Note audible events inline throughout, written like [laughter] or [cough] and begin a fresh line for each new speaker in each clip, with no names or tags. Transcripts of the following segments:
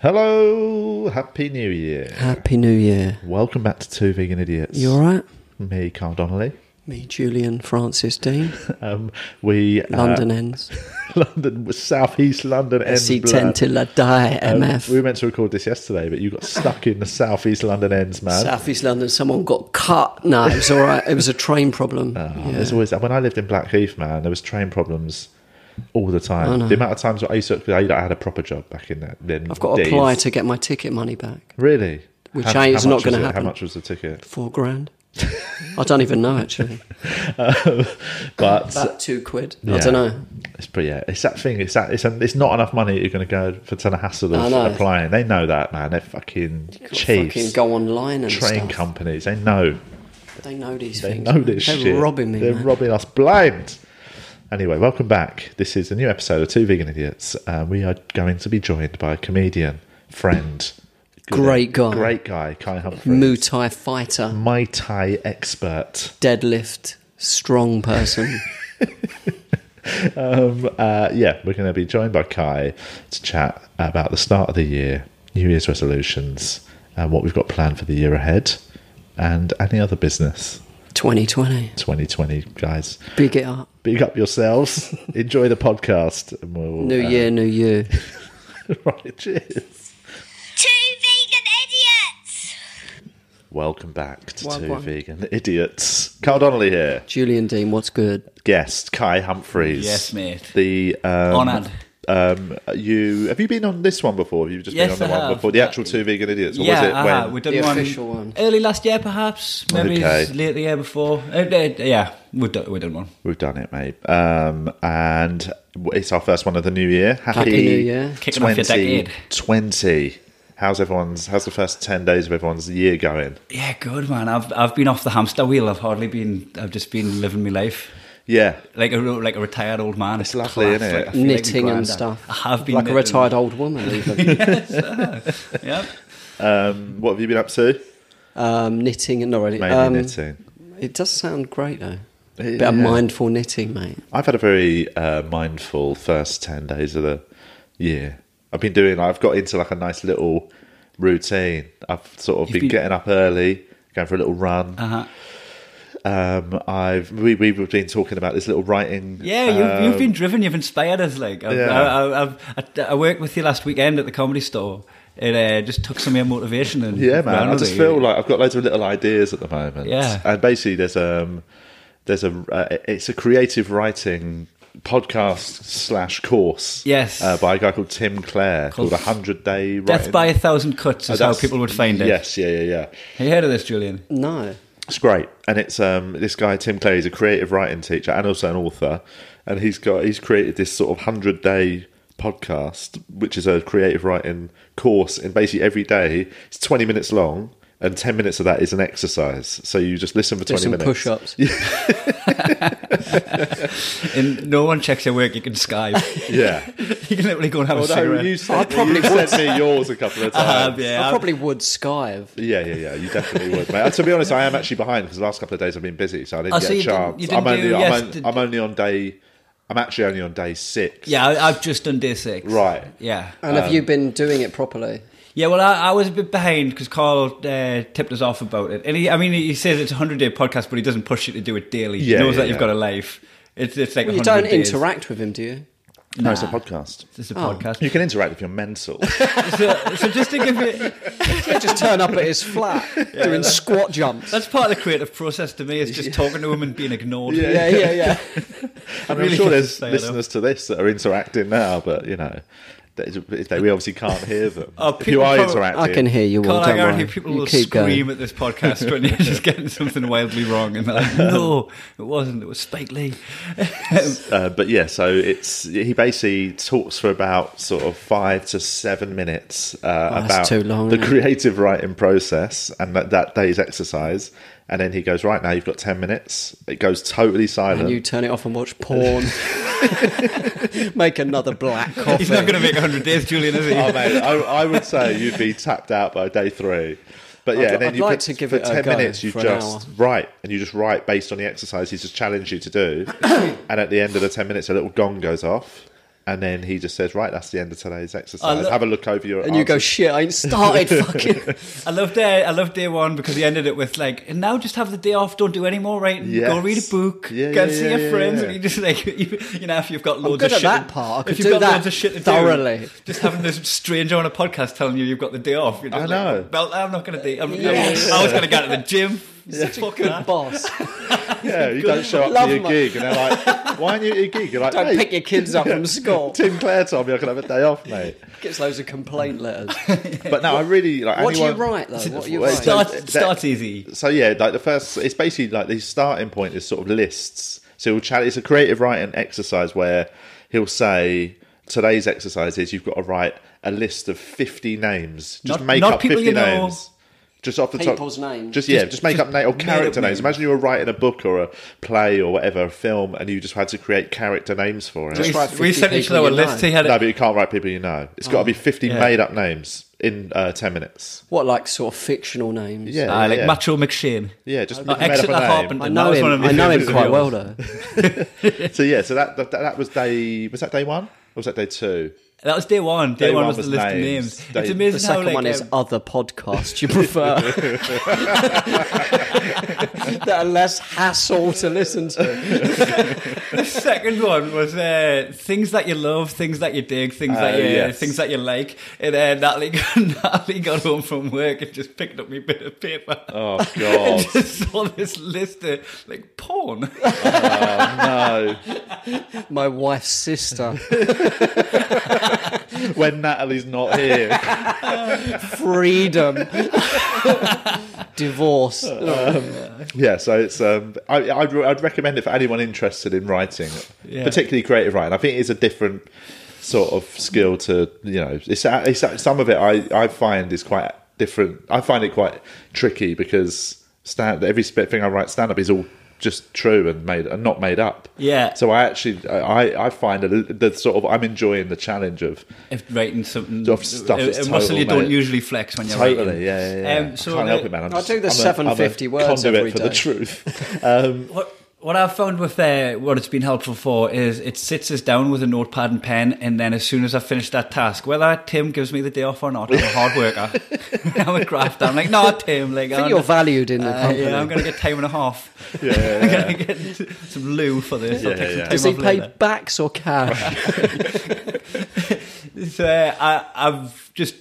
Hello, Happy New Year.
Happy New Year.
Welcome back to Two Vegan Idiots.
You alright?
Me, Carl Donnelly.
Me, Julian Francis
[laughs]
Dean.
Um, we uh,
London ends.
[laughs] London, South East London ends.
See
blur.
ten till I die.
Um,
MF.
we were meant to record this yesterday, but you got stuck in the South East London ends, man.
South East London. Someone got cut. No, it was all right. It was a train problem.
Oh,
Yeah.
There's always when I lived in Blackheath, man. There was train problems all the
I
time.
know.
The amount of times I used to, 'cause I I had a proper job back in that. Then
I've got to
days.
apply to get my ticket money back.
Really,
Which I- it's not
much was
gonna
it?
happen.
How much was the ticket?
Four grand. I don't even
[laughs]
know actually.
But
About two quid. I
Yeah.
don't know.
It's pretty. Yeah, it's that thing. It's that. It's, it's not enough money. You're going to go for to the hassle
I
of
know.
applying. They know that, man. They're fucking chiefs.
Fucking go online and
train
stuff.
companies. They know.
They know these
They
things.
know
man.
this
They're
shit.
robbing me.
They're
man.
robbing us blind. Anyway, welcome back. This is a new episode of Two Vegan Idiots. Uh, we are going to be joined by a comedian, friend, good-
Great guy.
great guy, Kai Humphrey,
Muay Thai fighter,
Muay Thai expert.
deadlift,
[laughs]
strong person.
Um, uh, yeah, we're going to be joined by Kai to chat about the start of the year, New Year's resolutions, and what we've got planned for the year ahead, and any other business.
2020.
2020, guys.
Big it up.
Big up
[laughs]
yourselves. Enjoy the podcast. And we'll,
New
uh,
year, new you.
[laughs] right, cheers.
Two vegan idiots!
Welcome back to
Wagwan.
Two Vegan Idiots. Carl Donnelly here.
Julian Dean, what's good?
Guest Kai Humphreys.
Yes, mate.
The um,
Honoured.
Um, you have you been on this one before? Have you just
Yes,
been on the
I
one
have.
before? The actual Two Vegan Idiots, or
yeah,
was it
I
when?
have. we done
The
one,
official one.
early last year, perhaps. Maybe
Okay.
it's late the year before. Uh, uh, yeah, we've done, we've done one.
We've done it, mate. Um, and it's our first one of the new year. Happy,
Happy New Year.
Kicking off your decade.
2020. How's everyone's? How's the first ten days of everyone's year going?
Yeah, good man. I've I've been off the hamster wheel. I've hardly been. I've just been living my life
Yeah,
like a real- like a retired old man. It's
lovely,
class,
innit?
I feel like
Knitting
my
and
granddad.
stuff.
I have been
like a
knitting.
retired old
[laughs]
woman, even.
Yeah,
Um, what have you been up to?
um, knitting and not really.
Mainly
um,
knitting.
It does sound great though.
It-
Bit of
yeah.
mindful knitting, mate.
I've had a very uh, mindful first 10 days of the year. I've been doing, I've got into like a nice little routine. I've sort of
You've
been,
been-
getting up early, going for a little run.
Uh-huh.
Um, I've we, we've been talking about this little writing.
yeah. You've,
um,
you've been driven. You've inspired us. Like I've,
Yeah.
I, I, I've, I, I worked with you last weekend at the comedy store. It uh, just took some of your motivation and
Yeah, man.
ran
I
with
just
it.
feel like I've got loads of little ideas at the moment.
Yeah.
and basically there's um there's a uh, it's a creative writing podcast slash course.
Yes.
uh, by a guy called Tim Clare
Called
called a hundred day
Death
writing.
by a thousand cuts is
Uh,
how
that's-
people would find it.
Yes, yeah, yeah, yeah.
Have you heard of this, Julian?
No.
It's great, and it's um, this guy Tim Clay. He's a creative writing teacher and also an author, and he's got he's created this sort of hundred day podcast, which is a creative writing course. And basically, every day it's twenty minutes long, and ten minutes of that is an exercise. So you just listen for
Do
twenty
some
minutes.
push ups.
And no one checks your work, you can Skype. [laughs]
Yeah.
you can literally go and have a
Although
cigarette.
you
I
sent,
probably
you sent me yours a couple of times.
[laughs] I have,
I
yeah.
probably would skive.
Yeah, yeah, yeah. You definitely would, mate. And to be honest, I am actually behind because the last couple of days I've been busy, so I didn't
Oh,
get
so
a
you didn't-
chance.
you didn't
I'm, only,
do-
I'm,
yes,
on-
did-
I'm only on day. I'm actually only on day six.
yeah, I, I've just done day six.
Right.
Yeah.
And have you been doing it properly?
Yeah, well, I, I was a bit behind because Carl uh, tipped us off about it. And he, I mean, he says it's a 100 day podcast, but he doesn't push you to do it daily.
Yeah,
he knows
yeah,
that
yeah.
you've got a life. It's, it's like
Well, you
100
don't
days.
interact with him, do you?
No, it's a podcast.
It's a
Oh.
You
podcast.
can interact if you're
[laughs]
mental.
so, so just to give you,
You just turn up at his
[laughs]
flat doing squat jumps.
that's part of the creative process to me is just talking to him and being ignored.
Yeah.
yeah, yeah, yeah.
I mean, I'm
really
sure
good to
there's
say, I know.
listeners to this that are interacting now, but you know, that is- if they, we obviously can't hear them.
Oh,
if you
people
are
probably-
interacting,
[laughs] I can hear you. Will,
Carl, I
don't
guarantee
worry.
people
You
will
keep
scream
going.
at this podcast when you're just getting something wildly wrong, and
[laughs]
they're like, "No, it wasn't. It was Spike Lee."
Uh, but yeah, so it's he basically talks for about sort of five to seven minutes uh,
Oh, that's
about
too long,
the
isn't it?
creative writing process and that, that day's exercise, and then he goes, "Right now, you've got ten minutes." It goes totally silent.
And you turn it off and watch porn.
[laughs]
[laughs] Make another black coffee.
He's not going to make hundred days, Julian,
[laughs]
is he?
oh, mate, I, I would say you'd be tapped out by day three. But yeah,
I'd-
and then
I'd
you
like
put-
to give
for
it a
ten
go
minutes. You
for an
just
hour.
write, and you just write based on the exercise he's just challenged you to
[coughs]
do. and at the end of the ten minutes, a little gong goes off, and then he just says, "Right, that's the end of today's exercise.
lo-
Have a look over your."
and you go,
answers."
shit, I ain't
[laughs]
started fucking.
I love day. I love day one because he ended it with like, and now just have the day off. Don't do any more writing. Go
Yes.
read a book.
Yeah,
go and
yeah,
see
yeah,
your
yeah,
friends.
yeah.
And you just like, [laughs] you, you know, if you've got
I'm
loads
good
of
at
shit,
that part. I could
if you've
do
got
that
loads of shit to do,
thoroughly.
just having this stranger on a podcast telling you you've got the day off. You're just
I
like,
know.
Well, I'm not going to do. I'm, I'm-
Yes.
I was going to go to the gym. Fuck that.
Boss,
yeah,
[laughs]
you don't show up
Love
to your
my-
gig, and they're
[laughs]
like, "Why aren't you at your gig?" You're like,
don't
"Mate,
pick your kids
[laughs]
up from school.
Tim Clare told me I could have a day off, mate.
Gets loads of complaint letters.
But no, I really like.
What do you
anyone-
write though? What do you
Well,
write?
it's like-
Start,
That-
starts easy.
so yeah, like the first, it's basically like the starting point is sort of lists. So he'll chat. It's a creative writing exercise where he'll say today's exercise is you've got to write a list of fifty names. Just
Not-
make
not
up
people
fifty
you know.
names. Just off the
People's
top,
names.
Just yeah, just, make up name or character
names.
names. Imagine you were writing a book or a play or whatever, a film, and you just had to create character names for it.
We,
write
we
50
sent each
people
other a
you know.
list. He had
no,
it.
but you can't write people you know. It's got to be fifty
Oh. Yeah.
made-up names in uh, ten minutes.
What, like sort of fictional names?
Yeah,
I uh, like
yeah.
Macho McShane.
Yeah, just
Uh,
made up
Exeter
a name.
Harpenden.
I
That
know
was
him.
one of my
I know him
favourite
quite well
films.
though.
So yeah, so that, that that was day was that day one or was that day two?
That was day one. Day, one, was, the list
names.
of names.
Day-
it's
The
amazing how
second
like,
one is
[laughs] um,
other podcasts you
[laughs]
prefer that are less hassle to listen to.
second one was uh, things that you love, things that you dig, things that
Oh,
you
yes.
things that you like. And uh, Natalie, [laughs] Natalie got home from work and just picked up me bit of paper.
Oh
And [laughs]
god,
just saw this list of like porn.
no!
My wife's sister,
When Natalie's not here,
freedom, [laughs] divorce.
yeah. So it's um, I, I'd, I'd recommend it for anyone interested in writing,
Yeah.
particularly creative writing. I think it's a different sort of skill to you know. It's, it's some of it I I find is quite different. I find it quite tricky because stand every sp- thing I write stand up is all just true and made and not made up.
Yeah.
So I actually I I find a li- the sort of I'm enjoying the challenge of
if writing something
Of stuff
a, a
that's
muscle
total,
you don't
mate.
usually flex when you're
Totally,
writing.
yeah, yeah. yeah.
Um, so
I can't
the-
help it, man. I'm
I
just,
do the
I'm a-
750
I'm a
words
conduit
every
for
day.
the
[laughs]
truth. Um, [laughs]
What what I've found with uh, what it's been helpful for is it sits us down with a notepad and pen, and then as soon as I finish that task, whether Tim gives me the day off or not, I'm a hard worker. [laughs] I'm a crafter. I'm like, no, Tim, like,
I think you're valued in the
uh,
company.
yeah, I'm going to get time and a half.
yeah, yeah,
[laughs] I'm
yeah.
going to get some loo for this. I'll
Yeah,
take some
yeah.
time
Does he
off
pay
later.
backs or cash?
So uh, I, I've just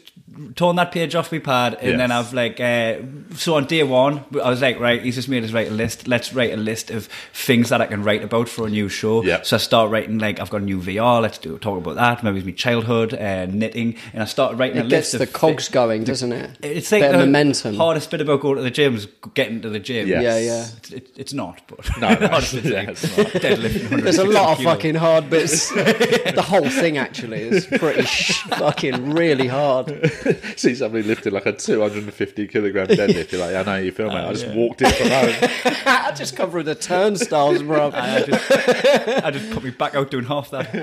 torn that page off my pad, and
Yes.
then I've like uh, so on day one, I was like, right, he's just made us write a list. Let's write a list of things that I can write about for a new show.
Yeah.
So I start writing like I've got a new VR. Let's do talk about that. Maybe it's my childhood, uh, knitting, and I started writing a
It gets
list
the
of
cogs
thi-
going, doesn't it?
It's like
Bit
the
of momentum.
hardest bit about going to the gym is getting to the gym.
Yes.
Yeah, yeah.
It's, it, it's not, but
No,
[laughs]
no.
Hardest bit is
[laughs] Yeah,
like
it's not.
[laughs]
deadlifting 160 [laughs]
There's a lot of
kilos.
fucking hard
[laughs]
bits. the whole thing actually is pretty sh- fucking really hard.
See somebody lifted like a 250
[laughs]
kilogram deadlift. You're like, I know you feel,
Oh,
mate. I just walked in from home.
I just come through the turnstiles, bro.
I just, I just put me back out doing half that.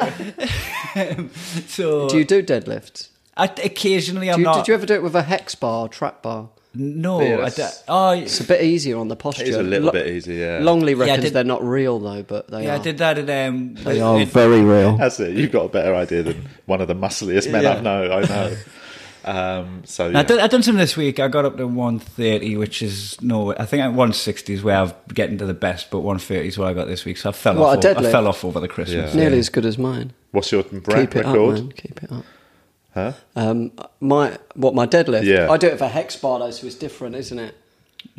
Um, [laughs] so
Do you do deadlifts?
I, occasionally I'm
Do you,
not.
did you ever do it with a hex bar or trap bar?
no,
Yeah,
I
that's-
don't. Oh,
It's a bit easier on the posture.
It is a little
Lo-
bit easier. Yeah.
Longley
I
reckons
did-
they're not real though, but they
yeah,
are.
I did that at um.
They
in-
are
in-
very real.
That's it. You've got a better idea than one of the muscliest men
Yeah.
I know. I
[laughs]
know. Um, so
I
yeah.
done, I done some this week. I got up to 130, which is no, I think at 160 is where I've getting to the best, but 130 is what I got this week. So I fell
What,
off.
a
o- I
deadlift?
fell off over the Christmas.
Yeah.
Nearly as good as mine.
What's your
Keep
brand
it
record?
up, man. Keep it up. Huh? Um, my what my deadlift?
Yeah.
I do it with a hex bar though, so it's different, isn't it?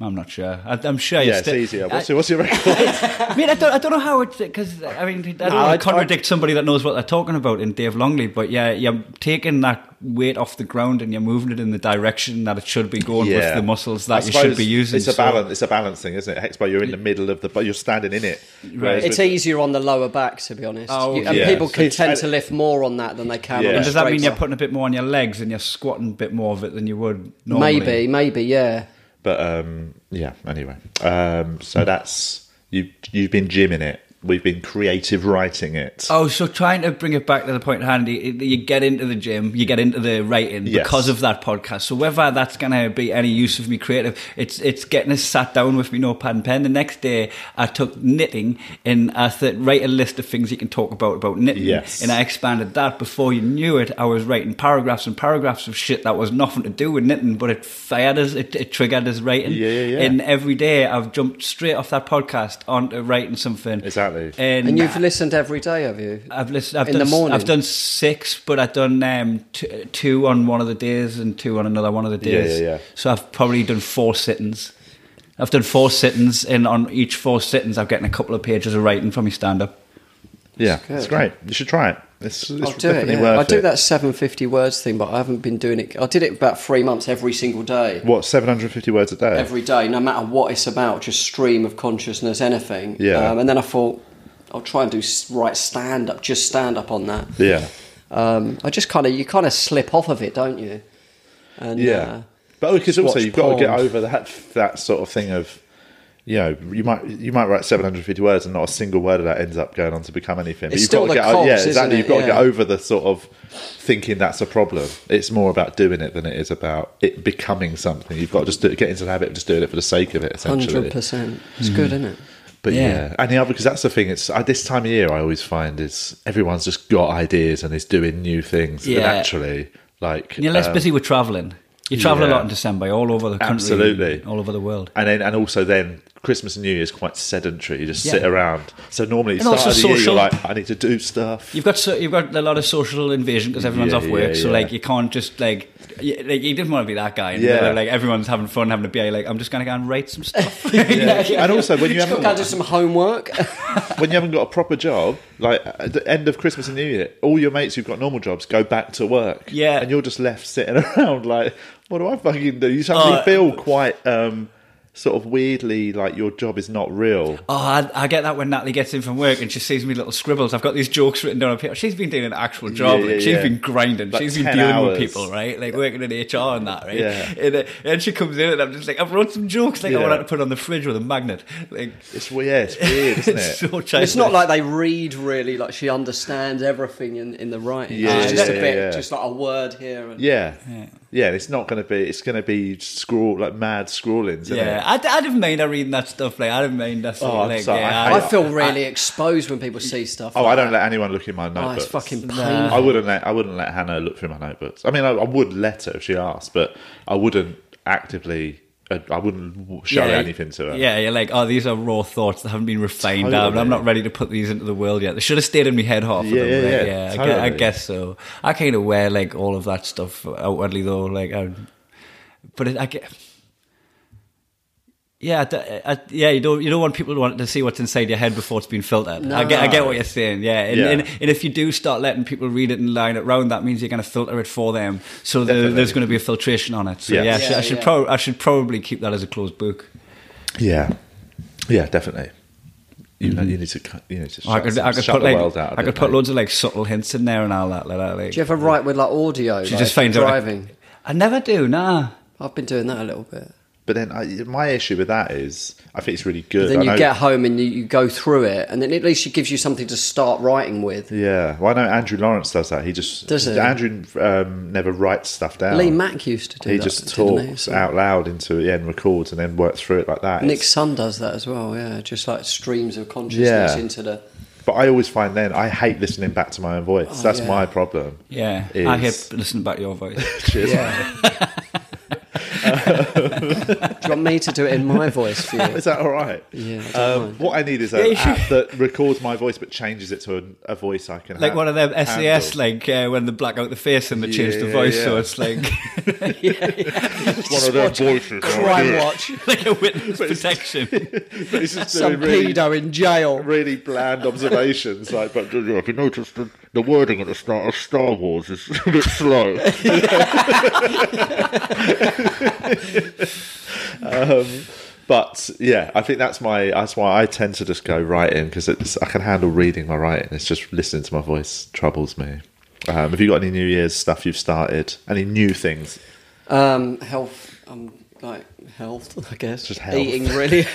I'm not sure. I, I'm sure.
Yeah,
it's
it's easier.
I,
What's your, what's
[laughs]
your record?
I mean, I don't, I don't know how it's because I mean, I don't
No,
want
I'd-
to contradict somebody that knows what they're talking about in Dave Longley, but yeah, you're taking that weight off the ground and you're moving it in the direction that it should be going with the muscles
I
that you
suppose
should be using.
It's a
so-
balance. It's a balance thing, isn't it? Hex bar, you're in the middle of the, but you're standing in it. Whereas
It's
with-
easier on the lower back, to be honest.
Oh,
You- and
yeah.
people can
So-
tend to lift more on that than they can.
Yeah. And
On the
And does that
straight
mean you're
side.
putting a bit more on your legs and you're squatting a bit more of it than you would normally?
Maybe, maybe, yeah.
But um, yeah. Anyway, um, so that's you. You've been gymming it. We've been creative writing it.
Oh, so trying to bring it back to the point at hand, you, you get into the gym, you get into the writing
Yes.
because of that podcast. So whether that's going to be any use of me creative, it's it's getting us sat down with me notepad and pen. The next day, I took knitting and I said write a list of things you can talk about about knitting.
Yes.
and I expanded that. Before you knew it, I was writing paragraphs and paragraphs of shit that was nothing to do with knitting, but it fired us, it, it triggered us writing.
Yeah, yeah, yeah.
And every day, I've jumped straight off that podcast onto writing something.
Exactly.
And you've listened every day, have you?
I've listened. I've
in
done,
the morning.
I've done six, but I've done um, t- two on one of the days and two on another one of the
Yeah, yeah,
days.
yeah.
So I've probably done four sittings. I've done four sittings, and on each four sittings, I've gotten a couple of pages of writing from my stand-up.
yeah,
good.
it's great. You should try it. It's, it's
I'll do it.
definitely
yeah.
worth
I do
it.
that 750 words thing, but I haven't been doing it. I did it about three months every single day.
What 750 words a day?
Every day, no matter what it's about, just stream of consciousness, anything.
Yeah.
Um, and then I thought, I'll try and do s- write stand up, just stand up on that.
yeah,
Um, I just kind of, you kind of slip off of it, don't you? And,
yeah.
uh,
but because also
watch
you've got to get
porn.
over that that sort of thing of. You know, you might you might write 750 words and not a single word of that ends up going on to become anything. But
It's
you've got to
still the
get o- yeah,
cogs, isn't
exactly.
it?
You've got to get
Yeah.
over the sort of thinking that's a problem. It's more about doing it than it is about it becoming something. You've got to just do, get into the habit of just doing it for the sake of it. Essentially,
100%. uh, It's
Mm-hmm.
good, isn't it?
But yeah.
Yeah.
and the other because that's the thing. It's at this time of year I always find is everyone's just got ideas and is doing new things. Yeah,
Yeah.
naturally, like
And you're less
um,
busy with traveling. You travel
yeah.
a lot in December, all over the country,
Absolutely.
all over the world.
And then, and also then Christmas and New Year's quite sedentary. You just
Yeah.
sit around. So normally,
And
start
also
of the year, you're
social.
like, I need to do stuff.
You've got so, you've got a lot of social invasion because everyone's
Yeah,
off work,
yeah,
so
yeah.
like you can't just like you, like you didn't want to be that guy. And
Yeah.
they're like everyone's having fun, having a beer. You're like I'm just gonna go and write some stuff. [laughs]
And also when you
Just
haven't
got to do some homework. [laughs]
when you haven't got a proper job, like at the end of Christmas and New Year, all your mates who've got normal jobs go back to work.
Yeah.
And you're just left sitting [laughs] around like, what do I fucking do? You suddenly
Oh.
feel quite um, sort of weirdly like your job is not real.
Oh, I, I get that when Natalie gets in from work and she sees me little scribbles. I've got these jokes written down on paper. She's been doing an actual job.
Yeah, yeah,
like, she's
yeah.
been grinding.
Like
she's been
10
dealing
hours.
with people, right? Like working in HR and that, right?
Yeah.
And, uh, and she comes in and I'm just like, I've wrote some jokes. Like I
Yeah.
want to put on the fridge with a magnet. Like
It's weird. It's
[laughs]
weird, isn't
it's
it?
so
it's
childish.
not like they read really, like she understands everything in, in the writing.
Yeah,
it's just
yeah,
a bit,
yeah.
just like a word here. And,
Yeah. yeah. It's not going to be. It's going to be scrawl like mad scrawlings. Isn't
yeah,
It?
I, I didn't mind her reading that stuff. Like I didn't mind that. Sort
Oh,
of,
I'm
like,
sorry,
yeah,
I
I
hate
feel really exposed when people see stuff.
Oh,
like
I don't
that.
let anyone look in my
Oh,
notebooks.
it's fucking painful.
I wouldn't let I wouldn't let Hannah look through my notebooks. I mean, I, I would let her if she asked, but I wouldn't actively. I, I wouldn't w- show anything to her.
Yeah, you're like, oh, these are raw thoughts that haven't been refined.
Totally.
I'm, I'm not ready to put these into the world yet. They should have stayed in my head half
Yeah,
of them.
yeah,
like,
yeah,
I, guess, I
totally.
guess so. I kind of wear like all of that stuff outwardly though. Like, I, but it, I get. Yeah, I d I yeah. You don't you don't want people to want to see what's inside your head before it's been filtered. I get I get what you're saying. Yeah, and,
Yeah.
and and if you do start letting people read it and line it round, that means you're going to filter it for them. So there,
Definitely.
there's going to be a filtration on it. So
Yeah.
yeah, I
Yeah,
should, I should
yeah.
prob- I should probably keep that as a closed book.
yeah, yeah, definitely. You know, you need to, cut- you need to. Shut,
I could, I could
shut
put
the
like,
world out. a
I could
bit,
put
mate.
loads of like subtle hints in there and all that. Like, that, like
Do you ever write with like audio?
she
like,
just finds out-
driving.
I, never do, nah.
I've been doing that a little bit.
But then I, my issue with that is, I think it's really good.
then
I
you
know-
get home and you, you go through it, and then at least it gives you something to start writing with.
Yeah, well, I know Andrew Lawrence does that. He just
Does he?
Andrew um, never writes stuff down.
Lee Mack used to do
he
that.
just
didn't he?
talks
So-
out loud into it yeah, and records and then works through it like that.
Nick's
It's-
son does that as well, yeah. Just like streams of consciousness
Yeah.
into the.
But I always find then I hate listening back to my own voice.
Oh,
That's
yeah.
my problem.
Yeah,
Is- [laughs]
I hate listening back to your voice.
Cheers.
Yeah. Do you want me to do it in my voice
[laughs]
for you?
Is that all right?
Yeah, I don't
Um,
mind.
what I need is
Yeah,
an
you should-
app that records my voice but changes it to a, a voice I can
Like
ha-
one of them SAS,
handle.
like uh, when they black out the face and they change the
Yeah,
voice, so
yeah.
it's like
[laughs]
[laughs]
one of them voices.
Crime
[laughs]
Watch.
like a witness protection.
It's just
Some
doing really,
pedo in jail.
really bland observations. Like, but
Yeah, if you notice, the, the wording at the start of Star Wars
[laughs]
is a bit slow.
um, but yeah, I think that's my that's why I tend to just go writing because it's I can handle reading my writing. It's just listening to my voice troubles me. Um, have you got any New Year's stuff you've started? Any new things?
Um, health. Um, like health, I guess.
Just health.
Eating
[laughs]
really. [laughs]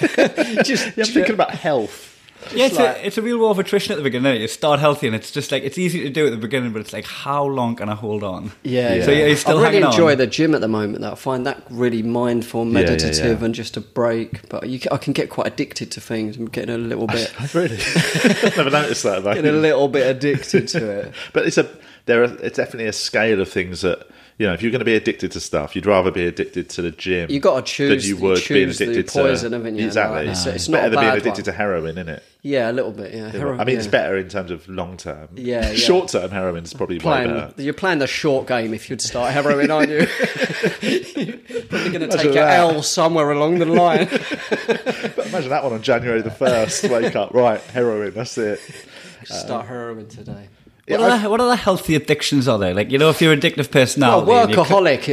just
Yeah, I'm thinking about health.
yeah, it's,
like-
a, it's a real war of attrition at the beginning. isn't it? You start healthy, and it's just like it's easy to do at the beginning, but it's like how long can I hold on?
Yeah,
So yeah,
yeah.
you're still
I really
hanging
enjoy
on.
the gym at the moment. Though I find that really mindful,
yeah, yeah.
meditative, and just a break. But you, ca- I can get quite addicted to things. I'm getting a
[laughs]
little
[laughs]
bit,
Really, never noticed that. About
getting a little bit addicted to it.
But it's a there are it's definitely a scale of things that you know if you're going to be addicted to stuff, you'd rather be addicted to the gym.
You gotta choose-
than you
you
would being
choose the
addicted
poison,
to
haven't you?
Exactly.
Like, it's- it's
better
not a
than being
bad
addicted
one.
to heroin, isn't it?
Yeah, a little bit. Yeah, heroin,
I mean,
yeah.
it's better in terms of long term.
Yeah, yeah.
Short term heroin is probably way
Playing,
better.
you're playing the short game if you'd start
[laughs]
heroin, aren't you? [laughs] Probably going to take
Imagine
your
that.
L somewhere along
[laughs]
the line.
But imagine that one on January the first. wake up, right? Heroin. That's it.
start heroin today.
What, other, what other healthy addictions are there? Like you know, if you're addictive
Well,
Oh,
personality, and you c-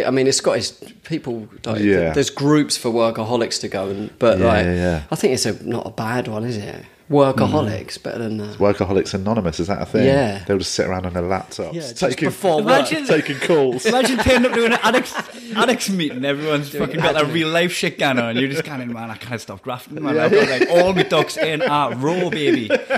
workaholic. I mean, it's got its people. Like,
Yeah.
There's groups for workaholics to go, and but
Yeah,
like,
yeah, yeah. Mm.
I think it's a not a bad one, is it? Workaholics better than uh, that.
Workaholics Anonymous is that a thing?
Yeah.
They'll just sit around on their laptops,
Yeah, just
taking
before work.
Imagine-
taking calls. [laughs]
Imagine turning up to an addicts, addicts meeting, everyone's fucking got their
admin.
real life shit going on, and you're just kind of, man, I can't stop grafting, man. I've got like all my ducks in a row,
[laughs]
baby. like,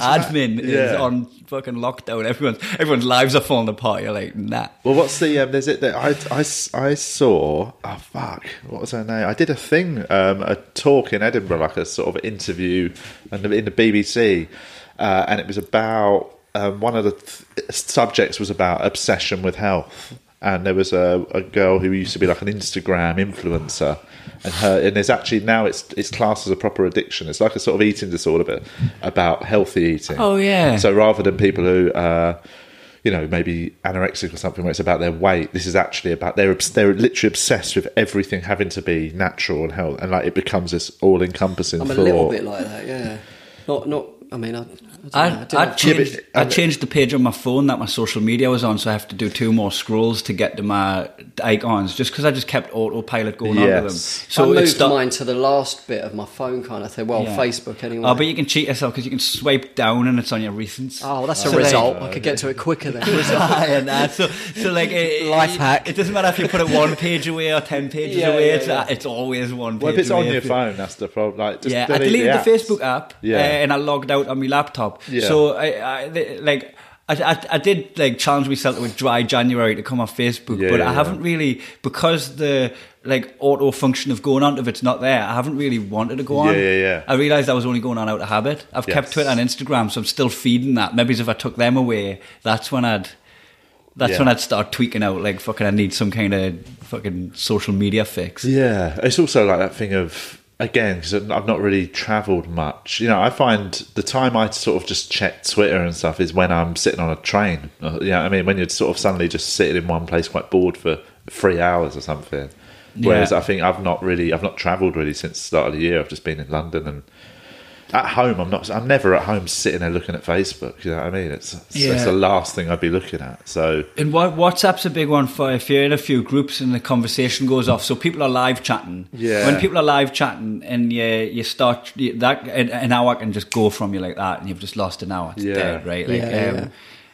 admin is
yeah.
on fucking lockdown. Everyone's, everyone's lives are falling apart. You're like, nah.
Well, what's the um? There's it that I, I, I saw. Oh fuck! What was her name? I did a thing, um, a talk in Edinburgh, like a sort of interview, and in the BBC, uh, and it was about um, one of the th- subjects was about obsession with health, and there was a, a girl who used to be like an Instagram influencer, and her and there's actually now it's it's classed as a proper addiction. It's like a sort of eating disorder, but about healthy eating.
Oh, yeah.
So rather than people who uh, you know, maybe anorexic or something where it's about their weight. This is actually about they're obs- they're literally obsessed with everything having to be natural and health, and like it becomes this all encompassing
I'm
thought.
a little bit like that. Yeah. Not not. I mean, I. I, don't know,
I,
I,
I,
didn't-
changed,
but-
I changed the page on my phone that my social media was on, so I have to do two more scrolls to get to my icons, just because I just kept autopilot going on with them.
Yes.
So
I
it's
moved
not-
mine to the last bit of my phone kind of thing. Well,
Yeah.
Facebook anyway.
Oh, but you can cheat yourself because you can swipe down and it's on your recents.
Oh, that's a
So, like-
result. I could get to it quicker then. [laughs]
[laughs] Yeah, nah, so, so like it,
Life
it-
hack.
It doesn't matter if you put it one page away or ten pages
Yeah,
away.
yeah,
it's,
yeah.
it's always one.
Well, if
page
it's on
away.
your
If you-
phone, that's the problem. Like, just
yeah, I
delete
deleted the,
apps.
Facebook app
Yeah.
uh, and I logged out on my laptop.
Yeah.
So I, I the- like. I, I, I did like challenge myself with dry January to come off Facebook,
Yeah,
but
yeah,
I
yeah.
haven't really because the like auto function of going on if it's not there. I haven't really wanted to go on.
Yeah, yeah, yeah.
I realised I was only going on out of habit. I've
Yes.
kept Twitter and Instagram, so I'm still feeding that. Maybe if I took them away, that's when I'd that's
Yeah.
when I'd start tweaking out like fucking I need some kind of fucking social media fix.
Yeah, it's also like that thing of again because I've not really travelled much. You know, I find the time I sort of just check Twitter and stuff is when I'm sitting on a train. Uh, You know, what I mean, when you're sort of suddenly just sitting in one place, quite bored for three hours or something. Whereas
Yeah.
I think I've not really, I've not travelled really since the start of the year. I've just been in London and at home. I'm not, I'm never at home sitting there looking at Facebook. You know what I mean? It's, it's, it's
Yeah.
the last thing I'd be looking at. So
And what, WhatsApp's a big one for if you're in a few groups and the conversation goes off. So people are live chatting.
Yeah.
When people are live chatting and you you start you, that an an hour can just go from you like that, and you've just lost an hour. It's
Yeah.
dead, right? Like,
Yeah,
um,
yeah.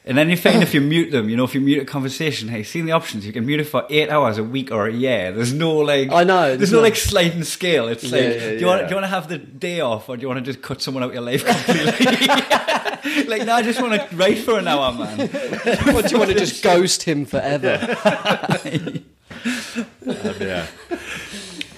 And then you
[laughs]
find if you mute them, you know, if you mute a conversation, hey, seen the options. You can mute it for eight hours a week or a year. There's no like,
I know,
There's,
there's
no,
no-
like sliding scale. It's like,
yeah,
do you want
yeah.
do you want to have the day off, or do you want to just cut someone out of your life completely? [laughs] like, no, I just want to write for an hour, man.
what do you want
[laughs]
to just ghost him forever?
yeah.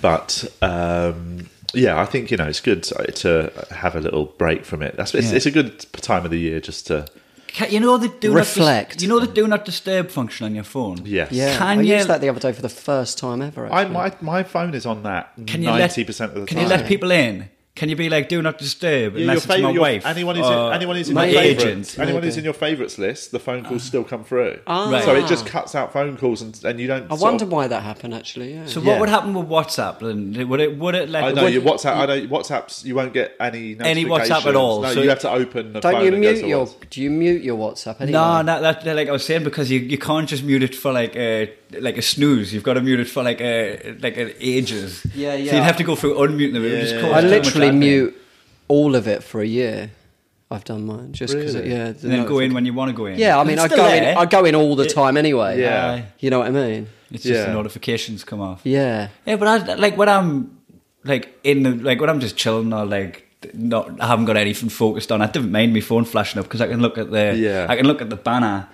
But um, yeah, I think you know it's good to have a little break from it. That's it's,
Yeah.
it's a good time of the year just to
Ca- You know the do not dis-
Reflect.
you know the do not disturb function on your phone.
Yes.
Yeah,
Can
I
you-
used that the other day for the first time ever.
I,
Actually.
my, my phone is on that
Can you let-
90% of the
Can
time.
you let people in? Can you be like do not disturb
Yeah,
unless
your
it's my
favorite,
wife?
anyone who's
or
in, anyone who's in
my
your
agent? Ah.
favorites, anyone who's in your favorites list, the phone calls still come through.
Right.
So it just cuts out phone calls, and, and you don't.
I
sort
wonder
of-
why that happened. Actually, yeah.
So
Yeah.
what would happen with WhatsApp? Then would it would it let
I know
would-
your WhatsApp. I know WhatsApps. You won't get any
Any WhatsApp at
notifications.
all,
No,
so-
you have to open the
don't
phone.
you
and go
mute
to
your?
WhatsApp.
Do you mute your WhatsApp? Anyway?
No, no, that, that- like I was saying, because you, you can't just mute it for like a like a snooze. You've got to mute it for like a like an ages.
Yeah, yeah.
So you'd have to go through unmuting them. it would just cause
I
too much
literally
admin.
mute all of it for a year. I've done mine just because.
Really?
Yeah,
and then go in when you want to go in.
Yeah, I
But
mean,
it's
I
still
go
there.
in. I go in all the time anyway.
Yeah.
Aye.
you know what I mean.
it's just the
Yeah.
notifications come off.
Yeah,
Yeah, but I like when I'm like in the like when I'm just chilling or like not I haven't got anything focused on. I didn't mind my phone flashing up because I can look at the
Yeah.
I can look at the banner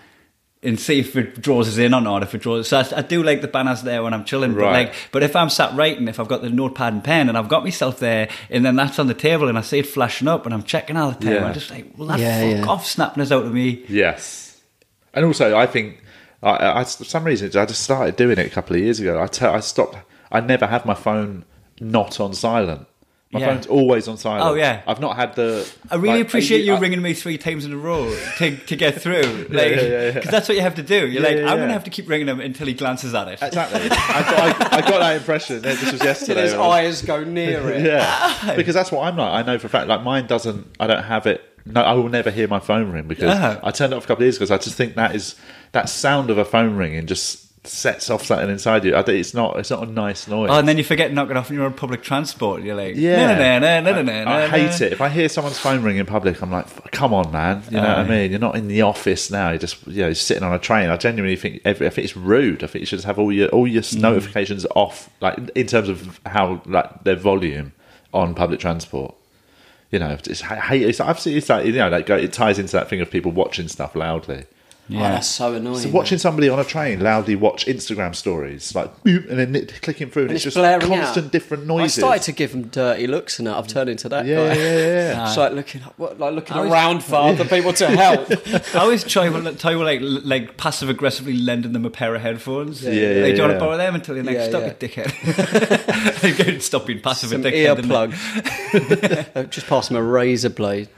and see if it draws us in or not. If it draws, so I, I do like the banners there when I'm chilling. But
Right.
like, but if I'm sat writing, if I've got the notepad and pen and I've got myself there, and then that's on the table and I see it flashing up and I'm checking all the time,
Yeah.
I'm just like, well, that
Yeah,
fuck
yeah.
off, snapping us out of me.
Yes. And also, I think I, I, I- for some reason I just started doing it a couple of years ago. I te- I stopped. I never have my phone not on silent. My
Yeah.
phone's always on silent.
Oh, yeah.
I've not had the.
I really
like,
appreciate you
I-
ringing me three times in a row to, to get through. Like,
[laughs]
because
yeah, yeah.
that's what you have to do.
Yeah,
You're like,
yeah,
I'm
yeah. Uh,
going to have to keep ringing him until he glances at it.
[laughs] Exactly. I, got, I, I got that impression. This
[laughs]
was yesterday.
his
when I was-
eyes go near [laughs] it.
Yeah, because that's what I'm like. I know for a fact, like mine doesn't. I don't have it. No, I will never hear my phone ring because
Yeah.
I turned it off a couple of years because I just think that is that sound of a phone ringing just sets off something inside you. I think it's not. It's not a nice noise.
Oh, and then you forget to knock it off and you're on public transport. You're like,
Yeah.
yeah. Nah, nah, nah, nah, nah, nah,
I hate
nah.
it. If I hear someone's phone ring in public, I'm like, "F- come on, man. You know what I
Aye.
mean? You're not in the office now. You're just, you know, you're sitting on a train. I genuinely think, every, I think it's rude. I think you should just have all your, all your
Mm.
notifications off, like in terms of how, like their volume on public transport. You know, it's, I hate it's, I've seen it's like, you know, like go, it ties into that thing of people watching stuff loudly.
Oh,
Yeah.
that's so annoying.
So watching somebody on a train loudly watch Instagram stories, like, boop, and then it- clicking through, and,
And
it's,
it's
just
blaring out.
constant different noises.
I started to give him dirty looks and that. I've turned into that
yeah, yeah,
guy.
yeah, yeah.
[laughs] It's like looking, up- what- like looking
I was-
around for other people to
[laughs]
help.
I always try will try will like l- like passive aggressively lending them a pair of headphones.
yeah,
like, do you want
yeah.
to borrow them until you're like,
Yeah,
stop
yeah.
it,
[laughs]
dickhead. [laughs] Like, stop being passive
Some
and dickhead. and-
earplug. [laughs]
[laughs]
Just pass him a razor blade.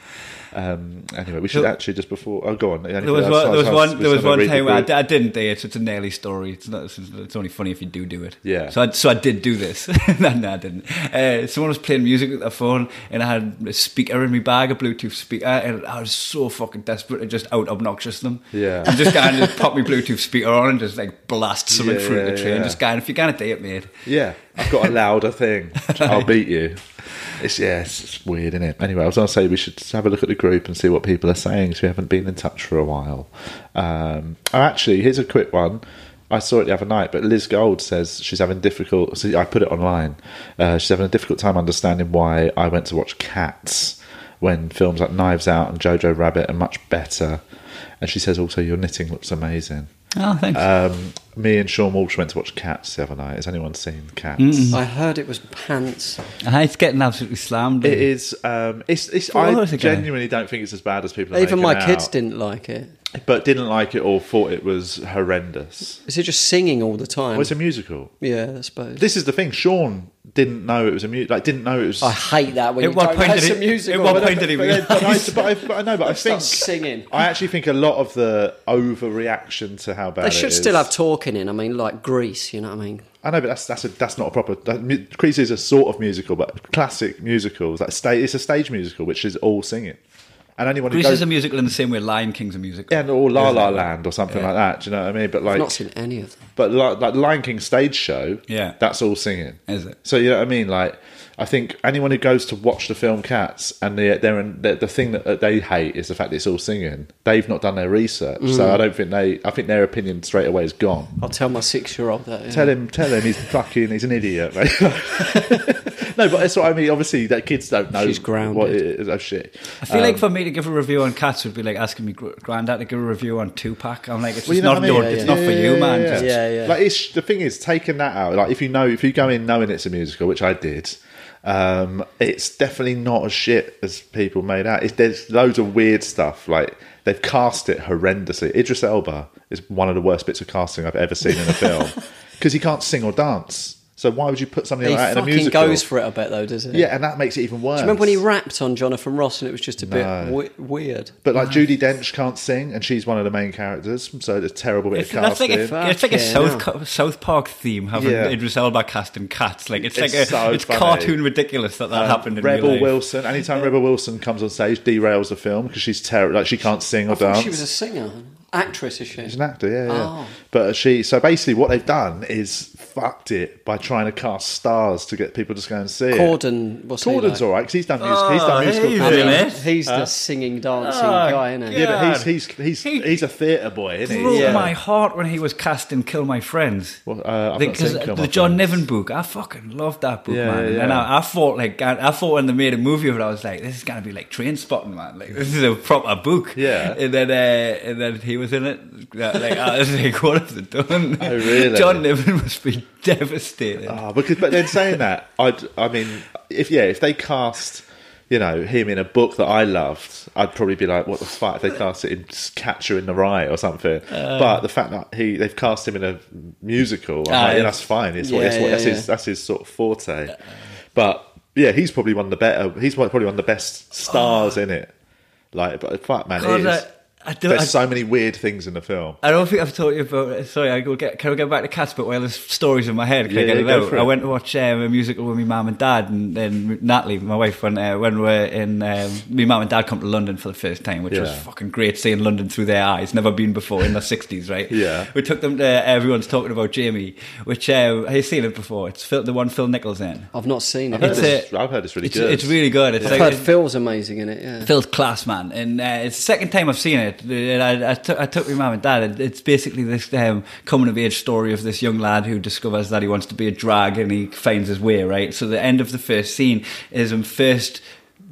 Um, anyway, we should
There-
actually just before. Oh, go on. There
There was one. There was one. There was one time where I, d- I didn't do it. so It's a nearly story. It's not. It's, it's only funny if you do do it.
Yeah.
So I, so I did do this. [laughs] no, no, I didn't. Uh, someone was playing music with their phone, and I had a speaker in my bag, a Bluetooth speaker, and I was so fucking desperate to just out obnoxious them.
Yeah.
I'm just going to pop my Bluetooth speaker on and just like blast something
Yeah,
through
yeah,
the train.
yeah.
Just going, if you're gonna do it, mate.
Yeah, I've got a louder thing. I'll beat you. It's yeah, it's, it's weird, isn't it? Anyway, I was going to say we should have a look at the group and see what people are saying because we haven't been in touch for a while. Um, oh, actually, here's a quick one. I saw it the other night, but Liz Gold says she's having difficult. See, I put it online. Uh, she's having a difficult time understanding why I went to watch Cats when films like Knives Out and Jojo Rabbit are much better. And she says also your knitting looks amazing.
Oh, thanks.
Um, me and Sean Walsh went to watch Cats the other night. Has anyone seen Cats?
I heard it was pants.
Ah, it's getting absolutely slammed.
It is. Um, it's. it's
Four
I
hours ago.
genuinely don't think it's as bad as people. Are
Even my
making
kids
out,
didn't like it.
but didn't like it or thought it was horrendous.
Is it just singing all the time?
Well, it's a musical.
yeah, I suppose.
This is the thing. Sean didn't know it was a music. Like didn't know it was.
I hate that when
At
you
what
don't
point
know
did
some
it-
music.
at
or
what
whatever.
point did it
but, then- [laughs] but I, but I, but I know, but I think
Start singing.
I actually think a lot of the overreaction to how bad
They
it
should
is-
still have talking in. I mean, like Greece. You know what I mean?
I know, but that's that's a, that's not a proper. That, mu- Crease is a sort of musical, but classic musicals. Like sta it's a stage musical, which is all singing, and anyone who
Greece
goes
is a musical in the same way Lion King's a musical.
yeah, or La La Land or something like that. Do you know what I mean? But like,
I've not seen any of them.
but like, like Lion King stage show,
Yeah.
that's all singing.
Is it?
So you know what I mean? Like, I think anyone who goes to watch the film Cats and they, they're in, the the thing that, that they hate is the fact that it's all singing. They've not done their research, so I don't think they. I think their opinion straight away is gone.
I'll tell my six-year-old that. yeah.
Tell him, tell him he's fucking, he's an idiot,
[laughs]
mate. [laughs] no, but that's what I mean. Obviously, that kids don't know.
She's grounded.
What it is. Oh, shit.
I feel like for me to give a review on Cats would be like asking me gr- granddad to give a review on Tupac. I'm like, it's
Well, you
just
know
not,
what I mean?
no,
Yeah,
it's
yeah.
not for you, man. Just-
Yeah, yeah.
Like, it's, the thing is, taking that out, like, if you know, if you go in knowing it's a musical, which I did, Um, it's definitely not as shit as people made out. It's, there's loads of weird stuff. Like they've cast it horrendously. Idris Elba is one of the worst bits of casting I've ever seen in a film
[laughs]
because he can't sing or dance. So why would you put something
He
like that in a
fucking
musical?
goes for it a bit though, doesn't he?
yeah, and that makes it even worse.
Do you remember when he rapped on Jonathan Ross and it was just a
No.
bit w- weird?
But like Judy Dench can't sing, and she's one of the main characters, so it's a terrible bit
It's,
of
that's like
casting.
a, it's like
Fucking
a South,
hell.
Co- South Park theme having
Yeah.
Idris Elba casting cats. Like it's,
It's
like a,
so
it's
funny. Um,
cartoon ridiculous that that happened in
Rebel
real life.
Wilson. Anytime Rebel Wilson comes on stage, derails the film because she's terrible. Like she can't sing or
I thought
dance.
she was a singer, actress, is she?
She's an actor, yeah, yeah.
Oh.
But she, so basically, what they've done is fucked it by trying to cast stars to get people to just go and see it.
Corden, what's he
Corden's
like?
all right because he's done music. he's
Oh,
done musical.
he's
theatre.
in
Yeah,
it.
He's the singing, dancing
Oh,
guy, isn't he?
yeah.
Yeah, but he's he's he's
He-
he's a theatre boy, isn't he?
Broke
Yeah.
my heart when he was cast in Kill My Friends.
Well, uh, I've not
Because
seen Kill My
the John
Friends.
Niven book, I fucking loved that book,
Yeah,
man.
yeah,
And
yeah.
I, I thought, like, I, I thought when they made a movie of it, I was like, this is gonna be like Train Spotting, man. Like, this is a proper book.
Yeah.
And then, uh, and then he was in it. Like, I was [laughs] like, what have they done?
Oh, really?
John Niven must be [laughs] devastated.
Ah, because but then saying that, I I mean, if yeah, if they cast, you know, him in a book that I loved, I'd probably be like, what the fuck? If they cast it in Catcher in the Rye or something.
Uh.
but the fact that he they've cast him in a musical, I'm
Ah,
like, yeah,
yeah. Uh.
that's fine. It's what,
Yeah,
it's what
yeah,
that's
yeah.
his that's his sort of forte. But yeah, he's probably one of the better. He's one- probably one of the best stars in it. Like, but fuck, man,
Ah. God,
it is.
I- I don't-
There's
I-
so many weird things in the
[laughs]
film.
I don't think I've told you about. It. Sorry, I go get. Can I go back to cats? But while there's stories in my head, can I
Yeah,
get
yeah,
it
go
out?
for it.
I went to watch um, a musical with my mum and dad, and then Natalie, my wife, when uh, when we we're in, um, my mum and dad come to London for the first time, which was
Yeah.
fucking great. Seeing London through their eyes, never been before in their sixties,
[laughs]
right?
Yeah.
We took them to uh, Everyone's Talking About Jamie, which uh, have you seen it before? It's Phil, the one Phil Nichols in.
I've not seen it.
I've heard,
It's
this,
a-
I've heard it's really
It's,
good.
it's really good. It's
I've
like,
heard
it's-
Phil's amazing in it, yeah.
Phil's class, man, and uh, it's the second time I've seen it. And I, I, took, I took my mum and dad. and It's basically this um, coming of age story of this young lad who discovers that he wants to be a drag and he finds his way. Right. So the end of the first scene is him first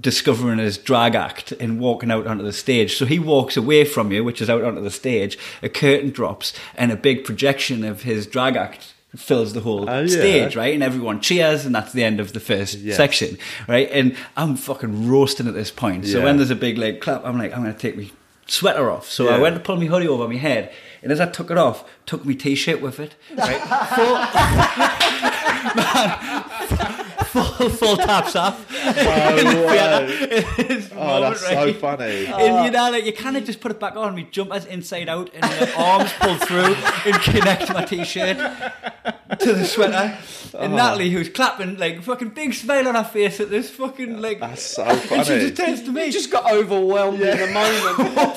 discovering his drag act and walking out onto the stage. So he walks away from you, which is out onto the stage. A curtain drops and a big projection of his drag act fills the whole
Oh, yeah.
stage, right? And everyone cheers, and that's the end of the first section, [laughs] right? And I'm fucking roasting at this point. So
Yeah.
when there's a big like clap, I'm like, I'm gonna take my sweater off. So I
Yeah.
went to pull my hoodie over my head, and as I took it off, took my t-shirt with it,
[laughs]
right? full, [laughs] man, full, full taps off. [laughs]
oh, that's so funny.
And you know, like you kind of just put it back on. My jumpers inside out,
[laughs]
and my arms pulled through, and connect my t-shirt to the sweater.
Oh.
And Natalie, who's clapping, like fucking big smile on her face at this fucking like.
That's so
and she
funny.
just turns
[laughs]
to me.
just got overwhelmed in the moment.
[laughs]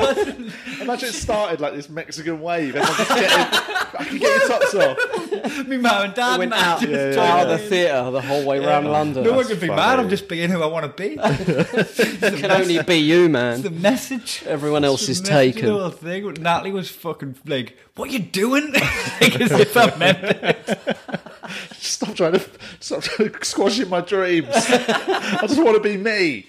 [laughs]
wasn't.
Imagine it started like this Mexican wave. Everyone just getting, I can get your tops off.
Me mum and dad
went
man,
out,
[laughs]
just-
yeah,
out of the theatre the whole way round London.
No one
That's
can be
funny.
mad. I'm just being who I
[laughs]
want to be.
it can only be you,
the
man.
message.
Everyone else is
The message of The
taken.
whole thing. Natalie was fucking like, "What you doing?" [laughs] like, as if I
[laughs]
meant it.
Stop trying to stop trying to squash in my dreams. I just want to be me.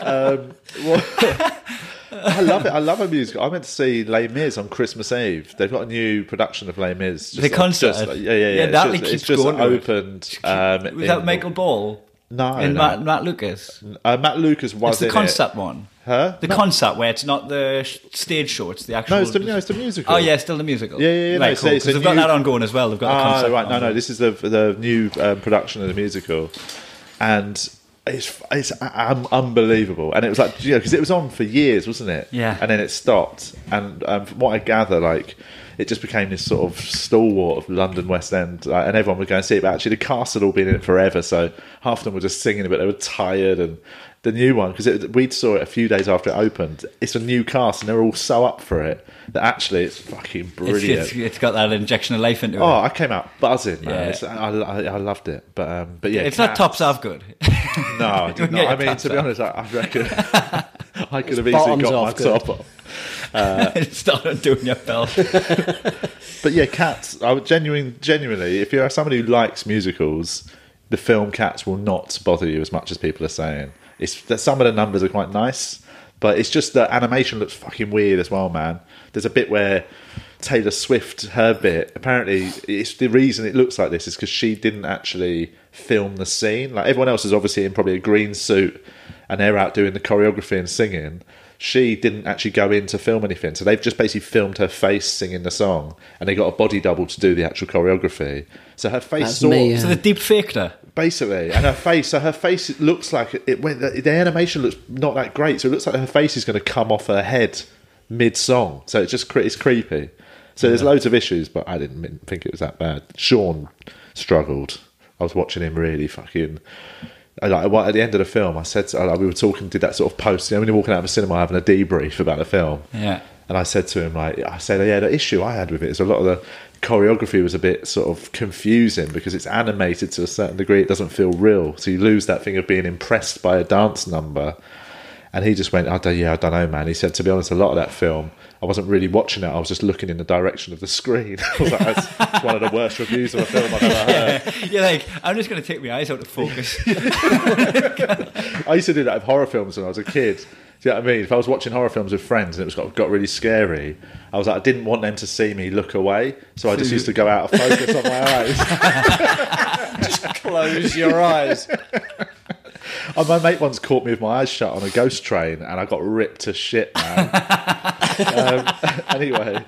Um, what- [laughs] I love it. I love a musical. I went to see Les Mis on Christmas Eve. They've got a new production of Les Mis. Just
The concert.
just like- yeah, yeah, yeah.
Yeah,
It's
that
just-
keeps
it's just
going to it.
opened. Um,
Was that
in-
Michael Ball?
No,
and
no.
Matt, Matt Lucas.
Uh, Matt Lucas was
It's the
in
concept one.
It. Huh?
The concept where it's not the sh- stage show, it's the actual.
no, it's the, no, it's the musical.
Oh yeah, still the musical.
Yeah, yeah, yeah, no,
Right,
it's-
cool.
it's a
'Cause they've got
new-
that ongoing as well. They've got the
Ah,
concept.
right. No, no.
ongoing.
This is the the new um, production of the musical, and it's it's um, unbelievable. And it was like you know because it was on for years, wasn't it?
Yeah.
And then it stopped. And um, from what I gather, like it just became this sort of stalwart of London West End, like, and everyone would go and see it. But actually, the cast had all been in it forever, so half of them were just singing, but they were tired and. The new one because we saw it a few days after it opened. It's a new cast, and they're all so up for it that actually it's fucking
It's-
brilliant.
it's- it's got that injection of life into it.
Oh, I came out buzzing, man.
Yeah.
It's, I, I, I loved it, but um, but yeah,
it's not
Cats-
tops off good. [laughs]
No, I did
Yeah,
not. I mean,
tops
to be
off.
honest, I, I
[laughs]
reckon I could have
bottoms
easily got my
off good.
top off.
[laughs] it's not doing your belt.
But yeah, Cats. I would genuine, genuinely, if you're somebody who likes musicals, the film Cats will not bother you as much as people are saying. It's that some of the numbers are quite nice, but it's just the animation looks fucking weird as well, man. There's a bit where Taylor Swift her bit. Apparently, it's the reason it looks like this is because she didn't actually film the scene. Like everyone else is obviously in probably a green suit and they're out doing the choreography and singing. She didn't actually go in to film anything, so they've just basically filmed her face singing the song, and they got a body double to do the actual choreography. So her face
That's
sort
me, yeah.
So the deep faked her.
basically, and her face. So her face it looks like it went. The the animation looks not that great, so it looks like her face is going to come off her head mid song. So it's just cre- it's creepy. So there's loads of issues, but I didn't min- think it was that bad. Sean struggled. I was watching him really fucking. I Like well, at the end of the film, I said to, like, we were talking, did that sort of post. You know, when you're walking out of a cinema having a debrief about the film,
Yeah.
and I said to him, like, I said, yeah, the issue I had with it is a lot of the choreography was a bit sort of confusing because it's animated to a certain degree. It doesn't feel real. So you lose that thing of being impressed by a dance number. And he just went, I don't, yeah, I don't know, man. He said, to be honest, a lot of that film, I wasn't really watching it. I was just looking in the direction of the screen. [laughs] I was like, that's that's one of the worst reviews of a film I've ever heard.
You're like, I'm just going to take my eyes out
[laughs]
of focus.
I used to do that with horror films when I was a kid. Do you know what I mean? If I was watching horror films with friends and it was got, got really scary, I was like, I didn't want them to see me look away, so I just used to go out of focus on my eyes. [laughs]
Close your eyes.
And my mate once caught me with my eyes shut on a ghost train, and I got ripped to shit, man. um, [laughs] anyway,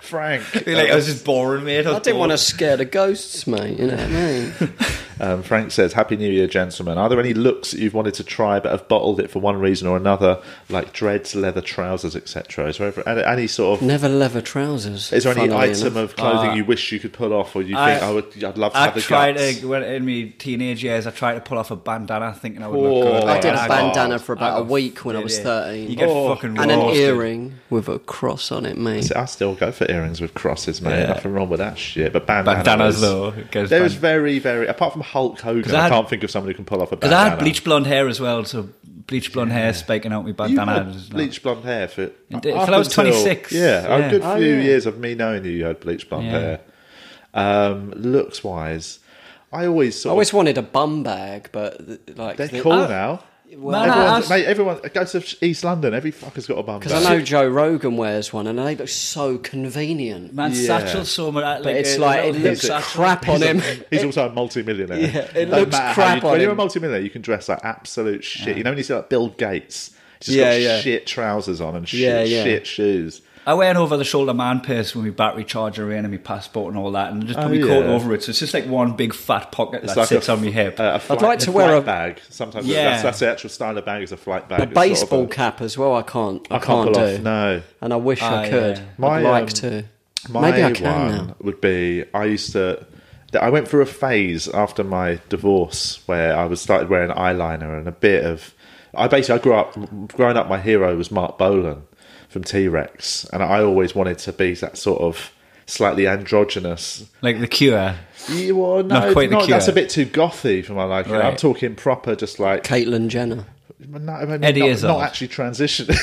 Frank,
You're like, I was just boring, mate. [laughs]
I didn't want to scare the ghosts, mate. You know what I mean?
um, Frank says, "Happy New Year, gentlemen. Are there any looks that you've wanted to try but have bottled it for one reason or another, like dreads, leather trousers, etc.? Is there ever- any- any sort of
Never leather trousers.
Is there any
funnily
item
enough.
of clothing you wish you could pull off, or you
I-
think I would? I'd love to
I
have the
tried
guts.
to, when, in my teenage years, I tried to pull off a bandana thinking I would
Oh,
look good.
I
I did
And
a
got-
bandana for
I
about a
got
week when I
fit,
was
yeah.
thirteen,
You get
Oh,
fucking
God.
and an
roasted.
earring with a cross on it, mate.
I still go for earrings with crosses, mate.
Yeah.
Nothing wrong with that shit. But bandanas,
Bandanas, though. Because
There is very, very. Apart from Hulk Hogan,
'Cause I
I,
had-
can't think of someone who can pull off a
Because
bandana.
I had bleach blonde hair as well, so bleach blonde hair spiking out my
You
bandana.
had
was like-
bleach blonde hair for
Indeed,
up
till I was
until-
26,
Yeah, a
yeah.
good
Oh,
few
yeah.
years of me knowing you, you had bleach blonde
Yeah.
hair. Um, looks wise, I always
I
sort
always wanted a bum bag, but th- like
of, they're
the- Oh,
cool now.
Man, Uh, I
Everyone's-
asked-
mate, everyone go to East London. Every fucker's got a bum.
Because
bag.
I know Joe Rogan wears one, and they look so convenient.
Man,
Yeah.
satchel so much. Like,
but it's
a
like it
little
looks
satchel.
crap on him.
He's also a multi-millionaire.
Yeah, it
Doesn't
looks
matter how
crap
you-
on
When you're a
him.
multi-millionaire, you can dress like absolute shit. You know when you see like Bill Gates, he's just
Yeah,
got
yeah.
shit trousers on and shit,
Yeah, yeah.
shit shoes.
I wear an over the shoulder man purse with my battery charger in and my passport and all that, and just put
Oh,
my coat
yeah.
over it. So it's just like one big fat pocket that
like
sits
a-
on my hip.
Uh, a flight,
like to
a
wear
flight
a-
bag. Sometimes
Yeah.
that's, that's the actual style of bag is a flight bag.
A
It's sort of
baseball
a-
cap as well. I can't. I,
I can't
can't,
pull
do.
off. No,
And I wish
Ah,
I could.
yeah.
My,
I'd like
um,
to.
My
Maybe I can
one
now.
would be I used to. th- I went through a phase after my divorce where I was started wearing eyeliner and a bit of. I basically I grew up growing up. My hero was Mark Bolan from T Rex, and I always wanted to be that sort of slightly androgynous.
like the cure.
You are no,
Not quite the
not- that's a
Cure.
bit too gothy for my liking. I'm
Right.
talking proper, just like
Caitlyn Jenner.
not, I mean,
Eddie
not,
Izzard.
not actually transitioning,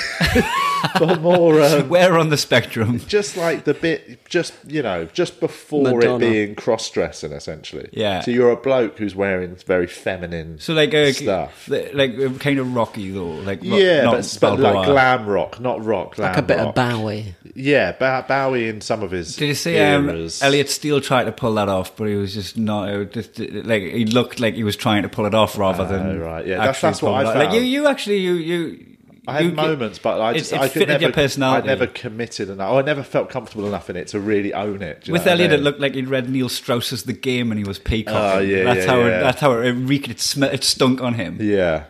[laughs] but more
[laughs]
um,
Where on the spectrum?
just like the bit, just you know, just before
Madonna.
it being cross-dressing, essentially.
Yeah.
So you're a bloke who's wearing very feminine.
So like a
Stuff.
like a kind of rocky though, like rock,
yeah,
not
but, but like
Balboa.
glam rock, not rock. Glam
Like a bit
rock.
of Bowie.
Yeah, Bow- Bowie in some of his.
Did you see um,
eras.
Elliot Steele tried to pull that off, but he was just not. It was just, uh, like he looked like he was trying to pull it off rather than
Ah, right, yeah, that's-
actually
that's what
pull it
I
off. Like
found.
you, you actually you you.
I
you
had
get-
moments, but I
it-
just
it
I could
fitted
never,
your personality.
I never committed enough. Or I never felt comfortable enough in it to really own it. do you know
With
what I
Elliot,
mean?
it looked like he'd read Neil Strauss's The Game and he was peacocking.
Oh, yeah,
that's
yeah,
how It,
yeah.
that's how it reeked. It, sm- it stunk on him.
Yeah.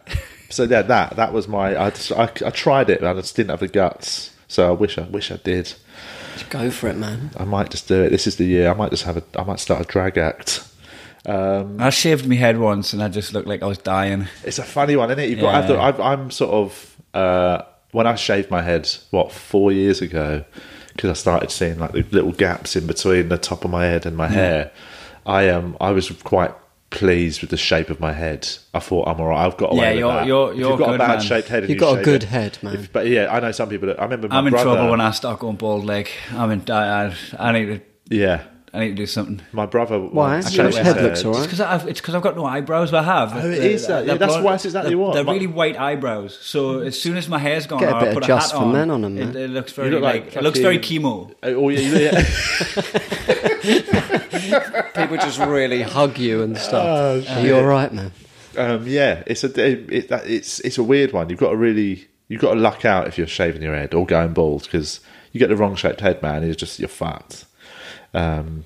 So yeah, that that was my. I, just, I I tried it, and I just didn't have the guts. So I wish I wish I did.
Go for it, man.
I might just do it. This is the year. I might just have a. I might start a drag act.
I shaved my head once and I just looked like I was dying.
It's a funny one, isn't it? You've got.
Yeah.
I've, done- I've, I'm sort of. Uh, when I shaved my head, what four years ago, because I started seeing like the little gaps in between the top of my head and my hair. I um. I was quite pleased with the shape of my head. I thought I'm all right. I've got away
Yeah,
with
you're-
that.
you're-
If
you're
you've got a
good,
bad
man.
shaped head. and
You've
you
got a
shave
good
it-
head, man.
if- but yeah, I know some people. That, I remember. My
I'm in
brother,
trouble when I start going bald. Like I'm in. I, I, I need to
Yeah.
I need to do something.
My brother.
Why?
once
Your
shaved
head
his
looks
head.
all
It's
right.
because I've it's because I've got no eyebrows. But I have.
Oh, it is that. Yeah, that's
blonde-
why it's exactly
they're,
what.
They're
My-
really white eyebrows. So as soon as my hair's gone,
Get a
or
bit
I
of
put
Just
a
for
hat on.
Men on 'em,
it,
man.
it looks very
eh? look
like,
like
it looks very
fucking-
chemo.
Oh, yeah, yeah.
People just really hug you and stuff. Are you all right, man?
Um, yeah, it's a it, that, it's it's a weird one. You've got to really you've got to luck out if you're shaving your head or going bald because you get the wrong shaped head, man. You're just you're fucked. Um,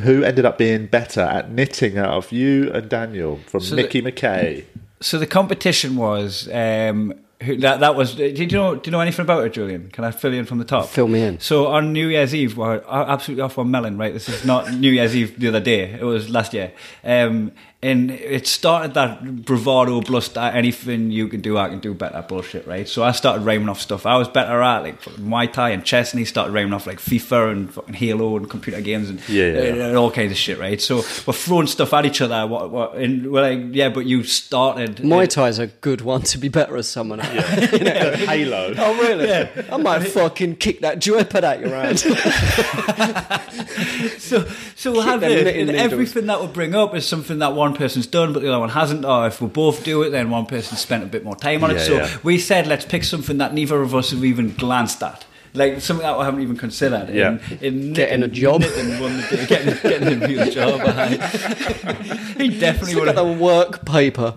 who ended up being better at knitting out of you and Daniel from
So
Mickey McKay?
[laughs] So the competition was um, who, that. That was. Did you know? Do you know anything about it, Julian? Can I fill you in from the top?
Fill me in.
So on New Year's Eve, we're absolutely off on melon, right? This is not [laughs] New Year's Eve the other day. It was last year, um, and it started that bravado, bluster, anything you can do, I can do better bullshit, right? So I started rhyming off stuff. I was better at like fucking Muay Thai and chess, and he started rhyming off like FIFA and fucking Halo and computer games and uh,
Yeah, yeah, yeah.
and all kinds of shit, right? So we're throwing stuff at each other. What, what, and we're like, yeah, but you started.
Muay Thai's a good one to be better as someone at.
Halo.
[laughs] Oh, really? I might fucking kick that joypad out your hand.
so so we'll
Kick
have
them
it,
knitting
and
needles.
everything that we'll bring up is something that one person's done but the other one hasn't or if we both do it then one person spent a bit more time on
Yeah,
it so
yeah.
we said let's pick something that neither of us have even glanced at like something that we haven't even considered
Yeah.
and, and
Getting a job.
knitting won the day, getting, getting a real job aye. [laughs] he definitely
Look
would
at
have
the work paper.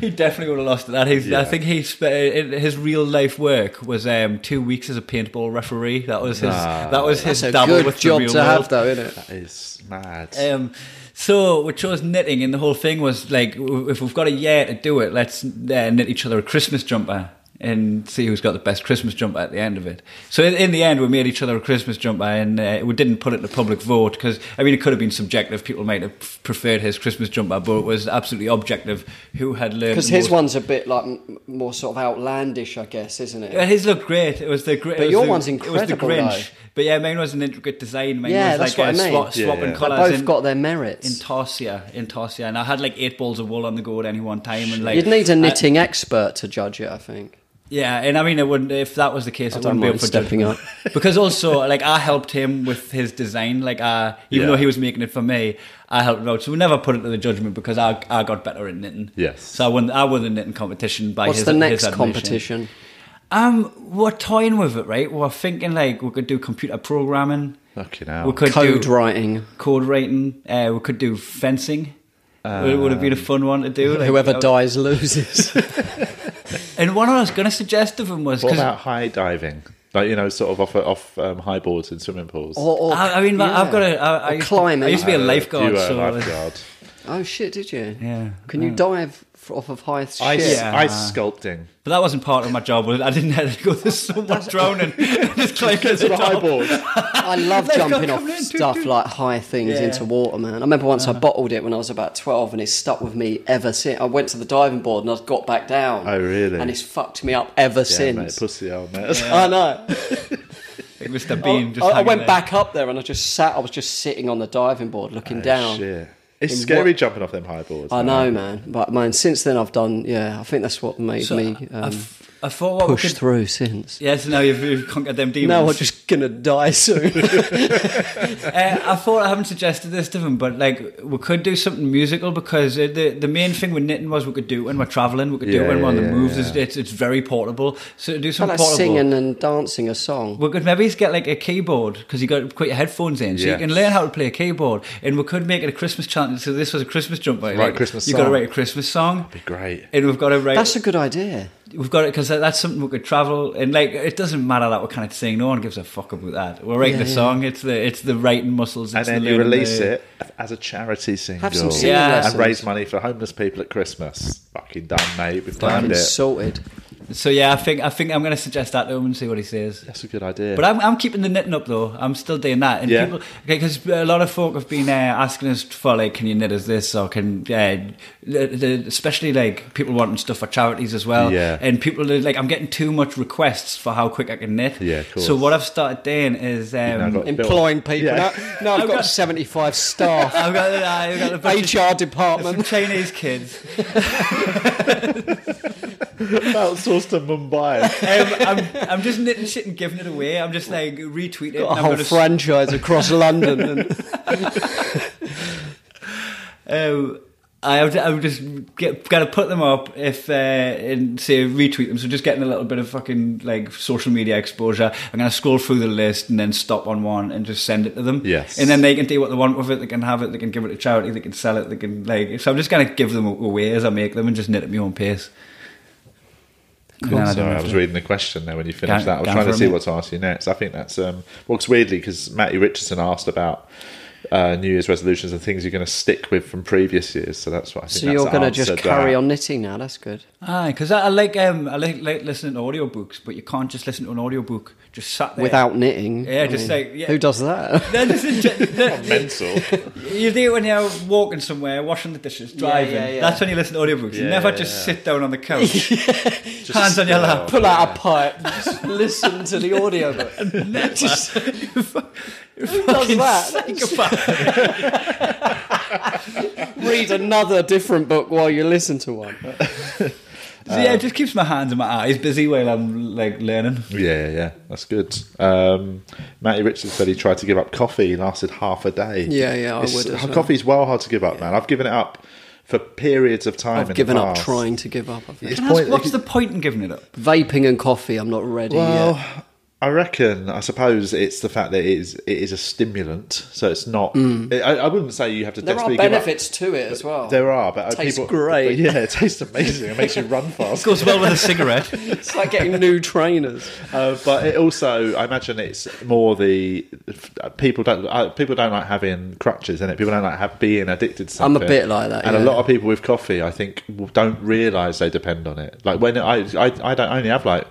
he definitely would have lost at that. He's,
Yeah.
I think he spe- in his real life work was um, two weeks as a paintball referee. That was his. that was his
It's a
dabble
good
with
job
the real
to have,
world.
though, isn't it?
It's mad.
Um, so we chose knitting, and the whole thing was like, w- if we've got a year to do it, let's uh, knit each other a Christmas jumper and see who's got the best Christmas jumper at the end of it. So in, in the end, we made each other a Christmas jumper, and uh, we didn't put it in a public vote because I mean it could have been subjective. People might have preferred his Christmas jumper, but it was absolutely objective who had learned.
Because
the
his
most.
one's a bit like m- more sort of outlandish, I guess, isn't
Yeah,
it?
his looked great. It was the great.
But your one's
It was the
incredible,
Grinch.
though.
But yeah, mine was an intricate design. Mine
Yeah,
was
that's what
like uh,
I mean.
swap-
Yeah,
swapping
yeah. They
colours.
both
and-
got their merits.
In Tarsia, in Tarsia, and I had like eight balls of wool on the go at any one time, and like uh,
You'd need a
I-
knitting expert to judge it, I think.
yeah, and I mean, it wouldn't if that was the case, it
don't
wouldn't be
mind
up for
stepping
judgment. [laughs] because also like I helped him with his design, like I even
Yeah.
though he was making it for me, I helped him out. So we never put it to the judgment because I I got better at knitting.
Yes.
so I won I won the knitting competition by
What's
his,
the
his
next
admission.
competition?
Um, we're toying with it, right? We're thinking like we could do computer programming.
Fucking hell.
We could
Code
do
writing.
code writing. Uh, we could do fencing. it would have been a fun one to do. like-
[laughs]
uh,
Whoever dies
[laughs]
loses.
And one I was going to suggest of them was
what
'cause
about high diving? Like you know, sort of off off um, high boards in swimming pools.
or, or,
I, I mean, I've got a. I, I
Or
used,
climbing.
I used to be a lifeguard,
Uh, You were a
so
lifeguard.
Oh shit! Did you?
Yeah.
Can you dive f- off of high shit?
Ice,
Yeah.
ice
[laughs]
sculpting.
but that wasn't part of my job. was it? I didn't have to go. There's someone
[laughs]
drowning. Just climb to the
The high
top. [laughs]
board.
I love
They've got
jumping off
coming in, toot,
stuff
toot.
like high things
Yeah. Uh-huh.
into water, man. I remember once I bottled it when I was about twelve, and it's stuck with me ever since. I went to the diving board and I got back down.
Oh, really?
And it's fucked me up ever
Yeah, mate,
since.
pussy hell, [laughs] mate.
I know.
Mr.
I,
Bean just.
I
hanging
Oh, went
there.
back up there and I just sat. I was just sitting on the diving board looking down.
Ah, Shit. It's
In
scary
what-
jumping off them high boards.
I
man.
know, man. But man, since then I've done. Yeah, I think that's what made
So
me
I, I
um,
f- I thought what
push
we could.
through since.
Yes, now you've, you've conquered them demons.
Now I'm just gonna
[laughs]
die soon.
uh, I thought I haven't suggested this to them, but like we could do something musical because uh, the the main thing with knitting was we could do it when we're traveling, we could do
Yeah,
it when we're on
yeah,
the
yeah,
moves.
yeah.
It's, it's it's very portable. So to do
I
something
like
portable,
singing and dancing a song.
we could maybe get like a keyboard because you got put your headphones in, so
Yes.
you can learn how to play a keyboard. And we could make it a Christmas chant. So this was a Christmas jumper. Right,
Christmas
You got to
song.
write a Christmas song.
Be great.
And we've got to write.
That's a good idea.
we've got it because that's something we could travel and like it doesn't matter that we're kind of singing. No one gives a fuck about that. We're writing
Yeah,
the
yeah.
song. It's the it's the writing muscles.
and
It's
then
the
you
learning
release
the-
it as a charity single.
Have some singing
Yeah. And
lessons.
And raise money for homeless people at Christmas. Fucking done, mate. We've
Fucking
planned it.
Sorted.
So yeah, I think I think I'm going to suggest that to him and see what he says.
That's a good idea.
But I'm, I'm keeping the knitting up though. I'm still doing that, and
Yeah.
people because a lot of folk have been uh, asking us for like, can you knit us this or can uh, the, the, especially like people wanting stuff for charities as well.
Yeah.
And people are like, I'm getting too much requests for how quick I can knit.
Yeah, of course.
So what I've started doing is um,
now got-
Employing people.
Yeah.
Now, now I've
I've
got,
got-
75 staff.
[laughs] [laughs] I've got I've got a bunch of
HR department.
Chinese kids.
[laughs] Outsourced to
[laughs]
Mumbai.
Um, I'm, I'm just knitting shit and giving it away. I'm just like retweet it.
A
and I'm
whole
gonna s-
franchise across London.
[laughs]
And
Um, I would, I would just get gotta put them up if uh, and say retweet them. So just getting a little bit of fucking like social media exposure. I'm gonna scroll through the list and then stop on one and just send it to them.
Yes.
and then they can do what they want with it. They can have it. They can give it to charity. They can sell it. They can like. So I'm just gonna give them away as I make them and just knit at my own pace. And then I don't
Sorry,
have
I was
to-
reading the question there when you finished
Go-
that. I was
go
trying
for
to
a
see
minute.
what to ask you next. I think that's um, well, 'cause weirdly because Matty Richardson asked about uh, New Year's resolutions and things you're going to stick with from previous years. So that's what I think.
so you're
going to
just carry on knitting now. That's good.
Aye, because I, I like um, I like, like listening to audiobooks, but you can't just listen to an audiobook just sat there [laughs]
Without knitting.
Yeah, just like- yeah.
Who does that? [laughs]
No, just in gen- no,
Mental.
you do it when you're walking somewhere, washing the dishes, driving.
yeah, yeah.
That's when you listen to audiobooks. you
Yeah,
never
yeah,
just
[laughs] yeah.
sit down on the couch, hands on your lap.
Pull out a pipe, just listen to the audio. [laughs]
Just,
Who does
[laughs]
that?
psychopath.
Read another different book while you listen to one.
So, yeah, it just keeps my hands and my eyes busy while I'm like learning.
Yeah, yeah, yeah. That's good. Um, Matty Richardson said he tried to give up coffee. He lasted half a day.
Yeah, yeah, I
It's-
would as well.
Coffee's well hard to give up, man. I've given it up for periods of time. in
I've
the
given up
past.
trying to give up. I think.
It's
Can I ask,
point-
what's the point in giving it up?
Vaping and coffee, I'm not ready
Well,
yet.
I reckon. I suppose it's the fact that it is it is a stimulant, so it's not. I, I wouldn't say you have to.
Mm. There are
desperately give up.
benefits to it as well.
There are, but uh,
Tastes
people,
great.
but [laughs] yeah, it tastes amazing. It makes you
[laughs]
run fast.
Goes well with a cigarette.
It's like getting
[laughs]
new trainers.
Uh, but it also, I imagine it's more the people don't uh, people don't like having crutches in it. People don't like have, being addicted to
I'm a
something.
bit like that,
and a
yeah.
lot of people with coffee, I think, w- don't realise they depend on it. Like when I, I, I don't I only have like.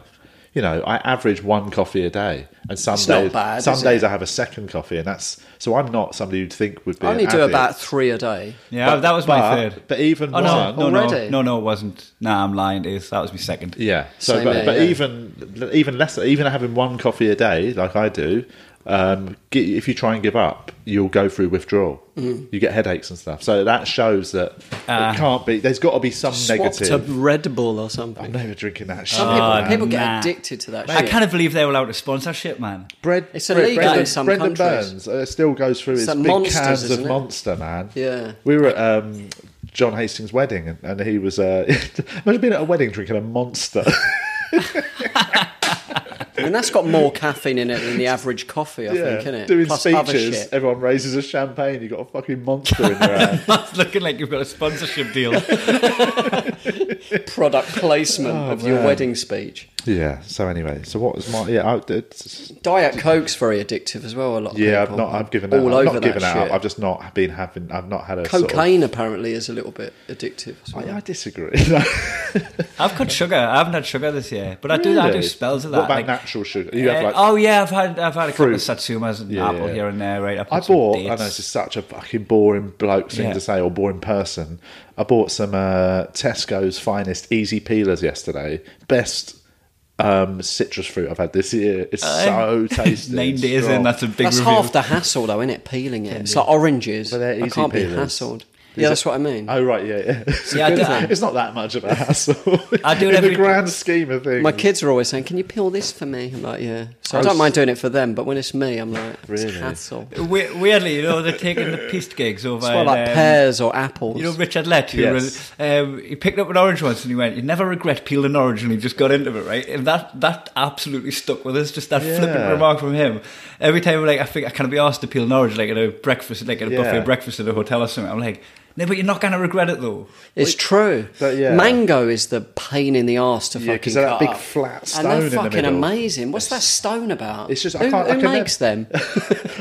You know, I average one coffee a day, and some
not
days,
bad,
some
is
days
it?
I have a second coffee, and that's so I'm not somebody you'd think would be.
I only
an
do
addict.
about three a day.
[laughs] Yeah, that was my
but-
third.
But even
Oh no,
one,
no, no,
Already?
no, no, it wasn't. Nah, I'm lying. It is that was my second.
Yeah. So,
Same
but,
here,
but
yeah.
even even less, even having one coffee a day, like I do, um, gi- if you try and give up, you'll go through withdrawal.
Mm.
You get headaches and stuff. So that shows that
Ah.
it can't be. There's got to be some
Swap to
negative.
Red Bull or
I'm
something.
never drinking that shit.
Some people,
Oh,
people
nah.
get addicted to that shit.
I kind of believe they were out of sponsorship, man. [laughs]
Bread,
It's
Bread-
illegal
Brendan,
in some
Brendan
countries.
Burns uh, still goes through his
like
big
Monsters,
cans of
isn't it?
Monster, man.
Yeah.
We were at um, John Hastings' wedding, and, and he was. Uh, [laughs] imagine being at a wedding drinking a Monster.
I mean, that's got more caffeine in it than the average coffee, I think, innit?
doing
Plus other
speeches.
shit.
Everyone raises a champagne. You got a fucking monster in your
[laughs]
hand.
That's looking like you've got a sponsorship deal.
Product placement of your
Oh, man.
wedding speech.
Yeah. So anyway, so what was my yeah? I, it's,
Diet Coke's very addictive as well. A lot. Of
yeah, I've
people.
not. I've given that.
all
All
over
not
that
given that up.
shit.
I've just not been having. I've not had a sort of-
Cocaine apparently is a little bit addictive. As well.
I, I disagree. [laughs]
I've cut sugar. I haven't had sugar this year, but I do. I do
Really?
spells of that.
What about
like-
natural sugar? You have
Uh,
like.
oh yeah, I've had I've had a couple
Fruit.
of satsumas and
Yeah,
apple
yeah.
here and there. Right,
I bought. I know this is such a fucking boring bloke thing
Yeah.
to say or boring person. I bought some uh, Tesco's finest easy peelers yesterday. Best um, citrus fruit I've had this year. It's
Uh,
so tasty.
[laughs] Nine
and
days in,
strong.
that's a big
that's
reveal.
half the hassle, though, isn't it? Peeling it. It's like oranges.
But they're
I
easy
can't be
peelers.
hassled.
Is
yeah,
it-
that's what I mean.
Oh right, yeah,
[laughs]
yeah. It's, a
Yeah, I
good
do-
thing. It's not that much of a hassle.
[laughs] I do
[laughs]
it
in
every-
the grand scheme of things.
My kids are always saying, "Can you peel this for me?" I'm like, "Yeah." So I don't mind doing it for them, but when it's me, I'm like, it's
Really?
hassle." It's
We- weirdly, you know, they're taking the pieced gigs over.
more
in,
like
um,
pears or apples.
You know Richard Lett, who
Yes.
um, he picked up an orange once and he went, "You never regret peeling an orange," and he just got into it, right? And that that absolutely stuck with us. Just that
Yeah.
flippant remark from him. Every time, like I think I can be asked to peel an orange, like at a breakfast, like at a
Yeah.
buffet breakfast at a hotel or something. I'm like, no, but you're not going to regret it though.
it's true.
But yeah.
Mango is the pain in the arse to
Yeah, 'cause
fucking
they're
cut
that big
up.
flat
and
stone in
they're
the
fucking
middle.
amazing. What's that stone about?
It's just
who,
I can't.
who
I can [laughs]
makes
never,
them?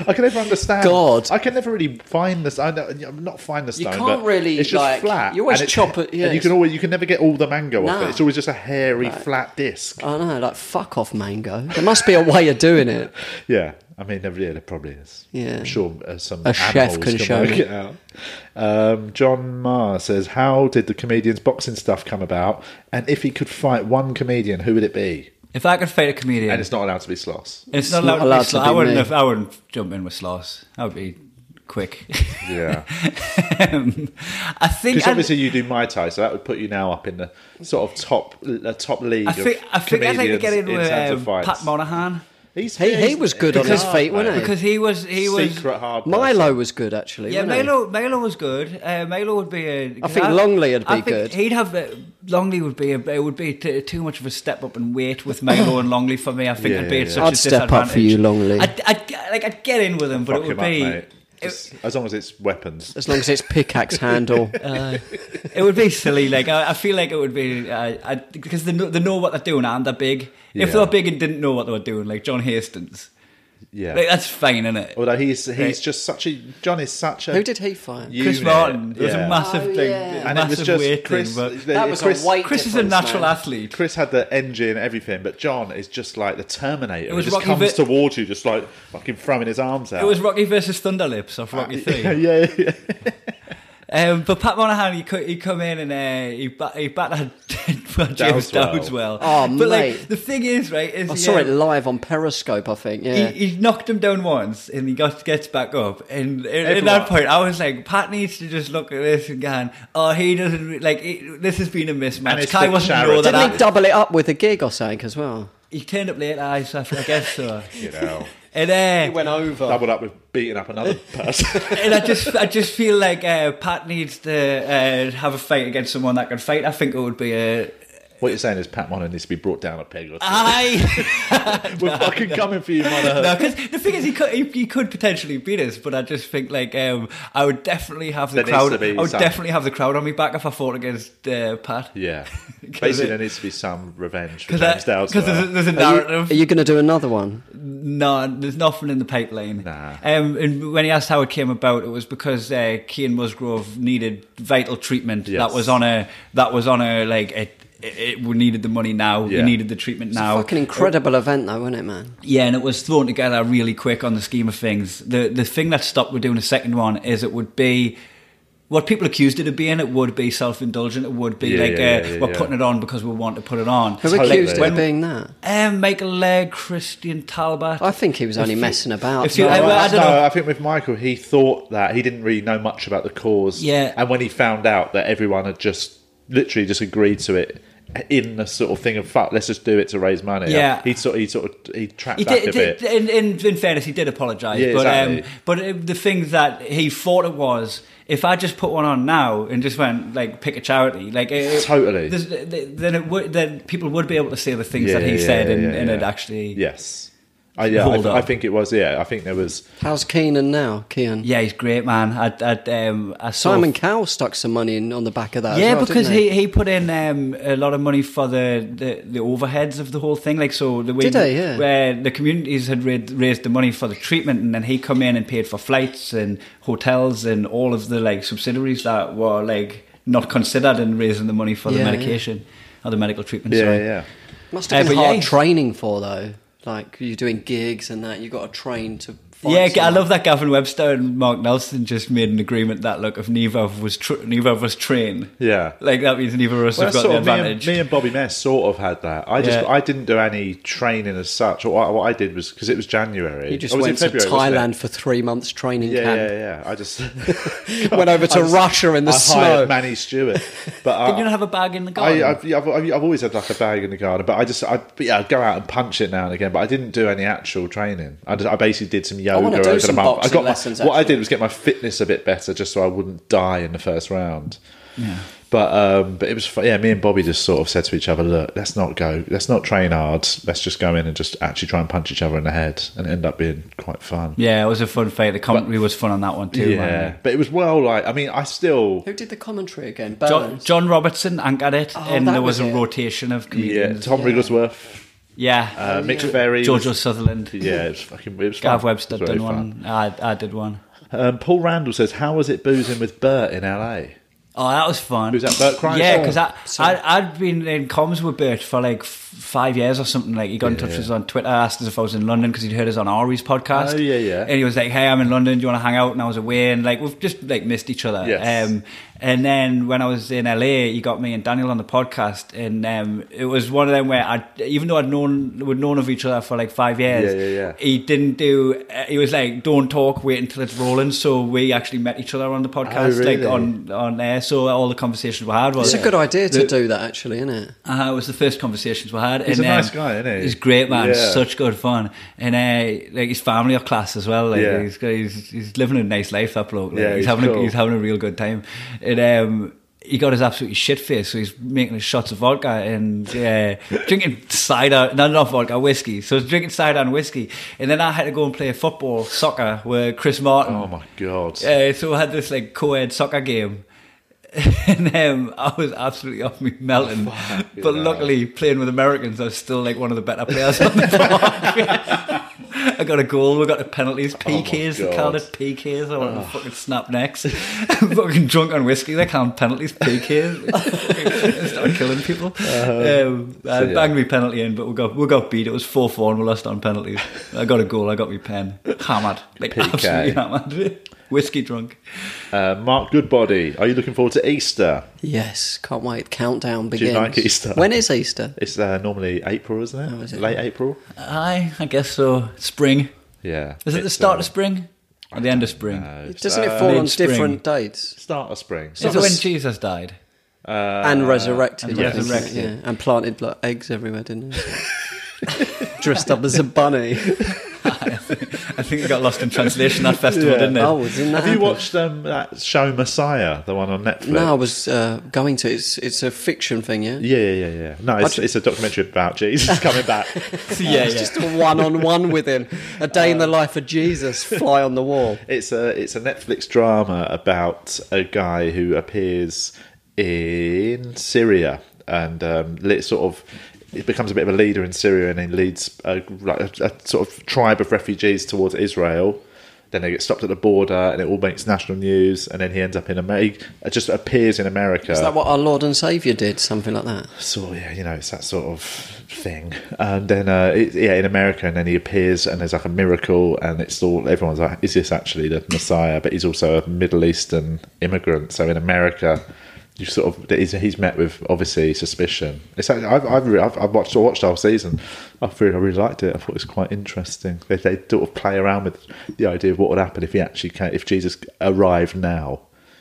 I can never understand.
God.
I can never really find this. I know, not find the stone.
can't
but
really,
It's just
like-
flat.
you always
and
chop it, yeah,
and you can
it's-
always. You can never get all the mango off
Nah.
it. It's always just a hairy flat disc.
I know, like fuck off, mango. There must be a way of doing
[laughs]
it.
Yeah, I mean, there really probably is.
Yeah.
I'm sure uh, some
A chef
animals
can show
work
me.
it out. Um, John Marr says, "How did the comedian's boxing stuff come about? And if he could fight one comedian, who would it be?"
If I could fight a comedian,
And it's not allowed to be sloss.
It's not allowed, to be, sl-
be
I wouldn't.
me.
Have, I wouldn't jump in with Sloss. That would be quick. [laughs]
[laughs]
Yeah.
um, I think
Because
I-
obviously you do Mai Tai, so that would put you now up in the sort of top the top league.
I think
of
I think I'd like to
comedians
get in with
terms
um,
of fights.
Pat Monahan
He's-
He- he
he's-
was good on
because-
his feet, wasn't he?
because he was he was
secret hard.
Milo was good actually.
yeah
wasn't he?
Melo Melo was good. Uh, Melo would be a.
I think Longley would
I
be
think
good.
He'd have uh, Longley would be a, it would be t- too much of a step up in weight with Melo and Longley for me. I think
Yeah,
I'd be
yeah,
at
yeah.
such a
I'd step up for you,
disadvantage.
Longley.
I'd, I'd, get- like I'd get in with him, but
Fuck
it would
him up,
be.
mate. Just- as long as it's weapons.
As long as it's
[laughs]
pickaxe handle.
Uh, It would be silly. Like I, I feel like it would be uh, I, I, because they know, they know what they're doing and they're big. If they
Yeah.
were big and didn't know what they were doing, like John Hastings,
Yeah. Oh,
like that's fine, isn't it?
Although he's he's just such a John is such a
Who did he find?
unit.
Chris Martin, there was
Yeah.
a massive
Oh,
thing,
yeah.
and it was
massive
just
weight
Chris.
thing. But
That was
Chris,
a weight
Chris is a
difference,
natural
man.
athlete.
Chris had the engine, everything, but John is just like the Terminator.
It was
he just
Rocky
comes
Vi-
towards you, just like fucking throwing his arms out.
It was Rocky versus Thunderlips off Rocky
[laughs]
Three.
Uh, yeah, yeah, yeah.
Um, but Pat Monahan, he, co- he come in and uh, he bat, he battered [laughs] James
Dowswell.
Dowswell.
Oh,
but like
mate. Oh,
the thing is, right? Is
I
he,
saw
um,
it live on Periscope, I think. Yeah.
He, he knocked him down once, and he got gets back up. And at
Everyone.
that point, I was like, Pat needs to just look at this and go, "Oh, he doesn't re- like he, this has been a
And
mismatch."
it's
Kai
the
wasn't
charity.
know that.
Didn't he
I-
double it up with a gig or something as well?
he turned up late, I, so I guess so.
You know,
And uh,
Went over.
doubled up with beating up another person.
[laughs] and I just I just feel like uh, Pat needs to uh, have a fight against someone that can fight. I think it would be a
what you're saying is Pat Monahan needs to be brought down a peg or two.
I.
[laughs] We're fucking coming for you, Monahan.
Ah, [laughs] No, because the thing is, he could he, he could potentially beat us, but I just think like um, I would definitely have the
There needs
crowd.
to be
I would
some-
definitely have the crowd on me back if I fought against uh, Pat.
Yeah,
[laughs] 'Cause
basically
it-
there needs to be some revenge for James
Because there's,
Dowswell.
a- there's a
Are
narrative.
you going to do another one?
No, there's nothing in the pipeline.
Nah.
Um, and when he asked how it came about, it was because uh, Kean Musgrove needed vital treatment.
Yes.
That was on a. That was on a like. It, it, it, we needed the money now.
Yeah.
We needed the treatment now.
Fucking incredible event, though, wasn't it, man?
Yeah, and it was thrown together really quick on the scheme of things. The the thing that stopped with doing the second one is it would be what people accused it of being. It would be self indulgent. It would be
Yeah,
like
yeah,
uh,
yeah, yeah,
we're
yeah.
putting it on because we want to put it on.
Who
Totally.
accused him
When-
of being that?
Um, Michael Legg, Christian Talbot.
I think he was only messing about.
if you-
though.
I- well, I don't
no,
know.
I think with Michael, he thought that he didn't really know much about the cause.
Yeah.
and when he found out that everyone had just literally just agreed to it in the sort of thing of fuck, let's just do it to raise money.
Yeah.
he sort, he sort of he tracked
He
back
did,
a bit.
did, in, in, in fairness, he did apologise.
Yeah,
but
exactly.
um, but uh, the thing that he thought it was, if I just put one on now and just went like pick a charity, like it, it-
Totally.
there's- th- then it would then people would be able to say the things
Yeah,
that he
yeah,
said,
yeah,
and,
yeah,
and
yeah.
it actually
yes, I, yeah, I,
Hold
th-
up.
I think it was. Yeah, I think there was.
How's Keenan now, Kean?
Yeah, he's great, man. I, I, um, I saw
Simon Cowell stuck some money in on the back of that. as
Yeah,
well,
because
didn't
he, he put in um, a lot of money for the, the, the overheads of the whole thing. Like so, the way
Did he? Yeah.
where the communities had raised, raised the money for the treatment, and then he come in and paid for flights and hotels and all of the like subsidiaries that were like not considered in raising the money for
Yeah,
the
yeah.
medication or the medical treatment.
Yeah,
sorry.
yeah.
must have
Uh,
been
but yeah,
hard
he's-
training for though. Like you're doing gigs and that, you got to train to. Fight
Yeah, I
someone.
love that Gavin Webster and Mark Nelson just made an agreement that look if neither of was tr- neither of us train,
Yeah.
like that means neither of us
Well,
have got
sort
the
of me, and,
advantage.
me and Bobby Mess sort of had that. I just
Yeah.
I didn't do any training as such. What, what I did was because it was January.
You just
Or was it
went to
February, wasn't it?
Thailand for three months training
Yeah,
camp.
yeah, yeah. I just [laughs]
[laughs]
Went over to
I just-
Russia in the
I
snow.
hired Manny
[laughs]
Stewart, but I,
Did you not have a bag in the garden?
I, I've, yeah, I've, I've I've always had like a bag in the garden, but I just I but yeah, I'd go out and punch it now and again. But I didn't do any actual training. I, just, I basically did some yoga
wanna do
over the
some
month. I
boxing
got my-
lessons,
what I
actually.
did was get my fitness a bit better, just so I wouldn't die in the first round. But um, but it was fu- yeah. Me and Bobby just sort of said to each other, "Look, let's not go. Let's not train hard. Let's just go in and just actually try and punch each other in the head, and it ended up being quite fun."
Yeah, it was a fun fight. The commentary was fun on that one too.
Yeah,
man.
but it was well. Like I mean, I still
Who did the commentary again?
John,
Burns.
John Robertson anchored it,
Oh,
and
that
there was,
was
a
it.
rotation of
yeah.
comedians.
Tom Rigglesworth,
Yeah,
Oh,
uh, Mick Ferry,
Jojo
was-
Sutherland,
Yeah, it was fucking. It was
Gav
fun.
Webster
It was very
done
fun.
one. I, I did one.
Um, Paul Randall says, "How was it boozing with Bert in LA?"
Oh, that was fun.
Who's that, Bert Oh, Kreischer?
Yeah, because I, I, I'd been in comms with Bert for like f- five years or something. Like he got in touch with us on Twitter, asked us if I was in London because he'd heard us on Ari's podcast.
Oh, yeah, yeah.
And he was like, "Hey, I'm in London. Do you want to hang out?" And I was away, and like we've just like missed each other.
Yes.
Um, and then when I was in LA, he got me and Daniel on the podcast, and um, it was one of them where I, even though I'd known we'd known of each other for like five years,
Yeah, yeah, yeah.
he didn't do. Uh, he was like, "Don't talk. Wait until it's rolling." So we actually met each other on the podcast,
Oh, really?
like on on there. So all the conversations we had was
It's a good idea to do that, actually, isn't it?
uh, it was the first conversations we had.
He's
and,
a nice
um,
guy, isn't he?
He's great, man.
Yeah.
Such good fun, and uh, like his family are class as well. Like,
Yeah.
he's, got- he's he's living a nice life. That bloke. Like,
Yeah,
he's,
he's
having
cool.
a, he's having a real good time, and um, he got his absolutely shit face. So he's making his shots of vodka and uh, drinking cider, not enough vodka, whiskey. So he's drinking cider and whiskey, and then I had to go and play football, soccer, with Chris Martin.
Oh my god!
Uh, so I had this like co-ed soccer game. [laughs] and um, I was absolutely off me melting,
Oh,
but
hell.
luckily playing with Americans, I was still like one of the better players on the [laughs] block. I got a goal, we got the penalties, PKs, they
Oh God. Oh.
called it PKs. I wanted to fucking snap necks. [laughs] fucking drunk on whiskey, they call them penalties, [laughs] PKs. Fucking Start killing people. um, I
Uh-huh. yeah.
banged me penalty in, but we got we got beat. It was four four, and we lost on penalties. I got a goal, I got me pen hammered, like
PK.
absolutely hammered, [laughs] whiskey drunk.
Uh, Mark Goodbody, are you looking forward to Easter?
Yes, can't wait. Countdown begins.
like Easter?
When is Easter?
It's uh, normally April, isn't it?
Oh, is it?
Late April.
Aye, I guess so. Spring.
Yeah.
Is it the
It's,
start
uh,
of spring? Or the end of spring?
Doesn't it fall on
mid-spring.
different dates?
Start of spring.
Is it
It's-
when Jesus died?
Uh,
and resurrected.
and
I think,
resurrected.
Yeah, and planted like eggs everywhere, didn't it?
[laughs]
Dressed up as a bunny.
I think it got lost in translation
[laughs]
that festival, didn't it?
Oh, didn't that
Have you
happen?
watched um, that show Messiah, the one on Netflix?
No, I was uh, going to. It's it's a fiction thing, yeah.
Yeah, yeah, yeah, yeah. No, it's,
ju-
it's a documentary about Jesus coming back.
[laughs]
yeah, yeah.
Just a one on one with him. A day in the life of Jesus. Fly on the wall.
It's a it's a Netflix drama about a guy who appears in Syria and um, li- sort of it becomes a bit of a leader in Syria and he leads a, like a, a sort of tribe of refugees towards Israel. Then they get stopped at the border and it all makes national news. And then he ends up in America. Just appears in America.
Is that what our Lord and Saviour did? Something like that.
So yeah, you know, it's that sort of thing. And then uh, it, yeah, in America, and then he appears, and there's like a miracle, and it's all everyone's like, is this actually the Messiah? But he's also a Middle Eastern immigrant, so in America. You sort of he's, he's met with obviously suspicion. It's like, I've I've, re- I've I've watched I watched the whole season. I really I really liked it. I thought it was quite interesting. They, they sort of play around with the idea of what would happen if he actually came, if Jesus arrived now.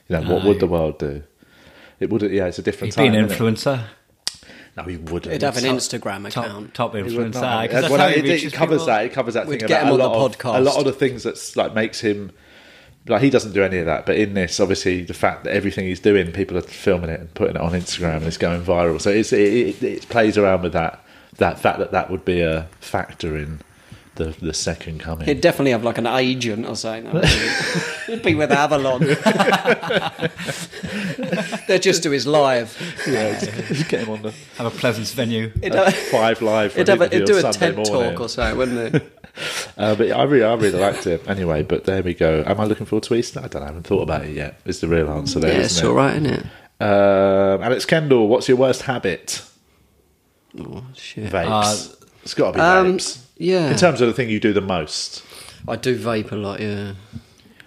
You know what would the world do? It would yeah. It's a different
He'd
time.
be an
isn't it?
influencer.
No, he wouldn't.
It'd have an
Top-
Instagram
Top,
account.
top
he would
influencer.
not.
aye, 'cause that's
Well,
how
it,
he
it
reaches
covers
people.
that. It covers that
We'd
thing
get
about
him
a
on
lot
the
of a lot
podcast.
of the things that's like makes him like he doesn't do any of that. But in this, obviously, the fact that everything he's doing, people are filming it and putting it on Instagram and it's going viral. So it's, it, it, it plays around with that that fact that that would be a factor in the the second coming.
He'd definitely have like an agent or something. He'd be with Avalon. [laughs] They're just do his live.
yeah, just get him on the
Have a Pleasance venue.
It'd,
uh, [laughs]
have,
five live. for
it'd,
an
have a, it'd
interview
do
on
a
Sunday
TED
morning.
talk or something, wouldn't it?
Uh, but I really, I really liked it. Anyway, but there we go. Am I looking forward to Easter? I don't know. I haven't thought about it yet. Is the real answer there?
yeah,
not
it's all right, isn't it?
Um, Alex Kendall, what's your worst habit?
Oh, shit.
Vapes. it's got to be
um,
vapes.
yeah.
In terms of the thing you do the most.
I do vape a lot, yeah.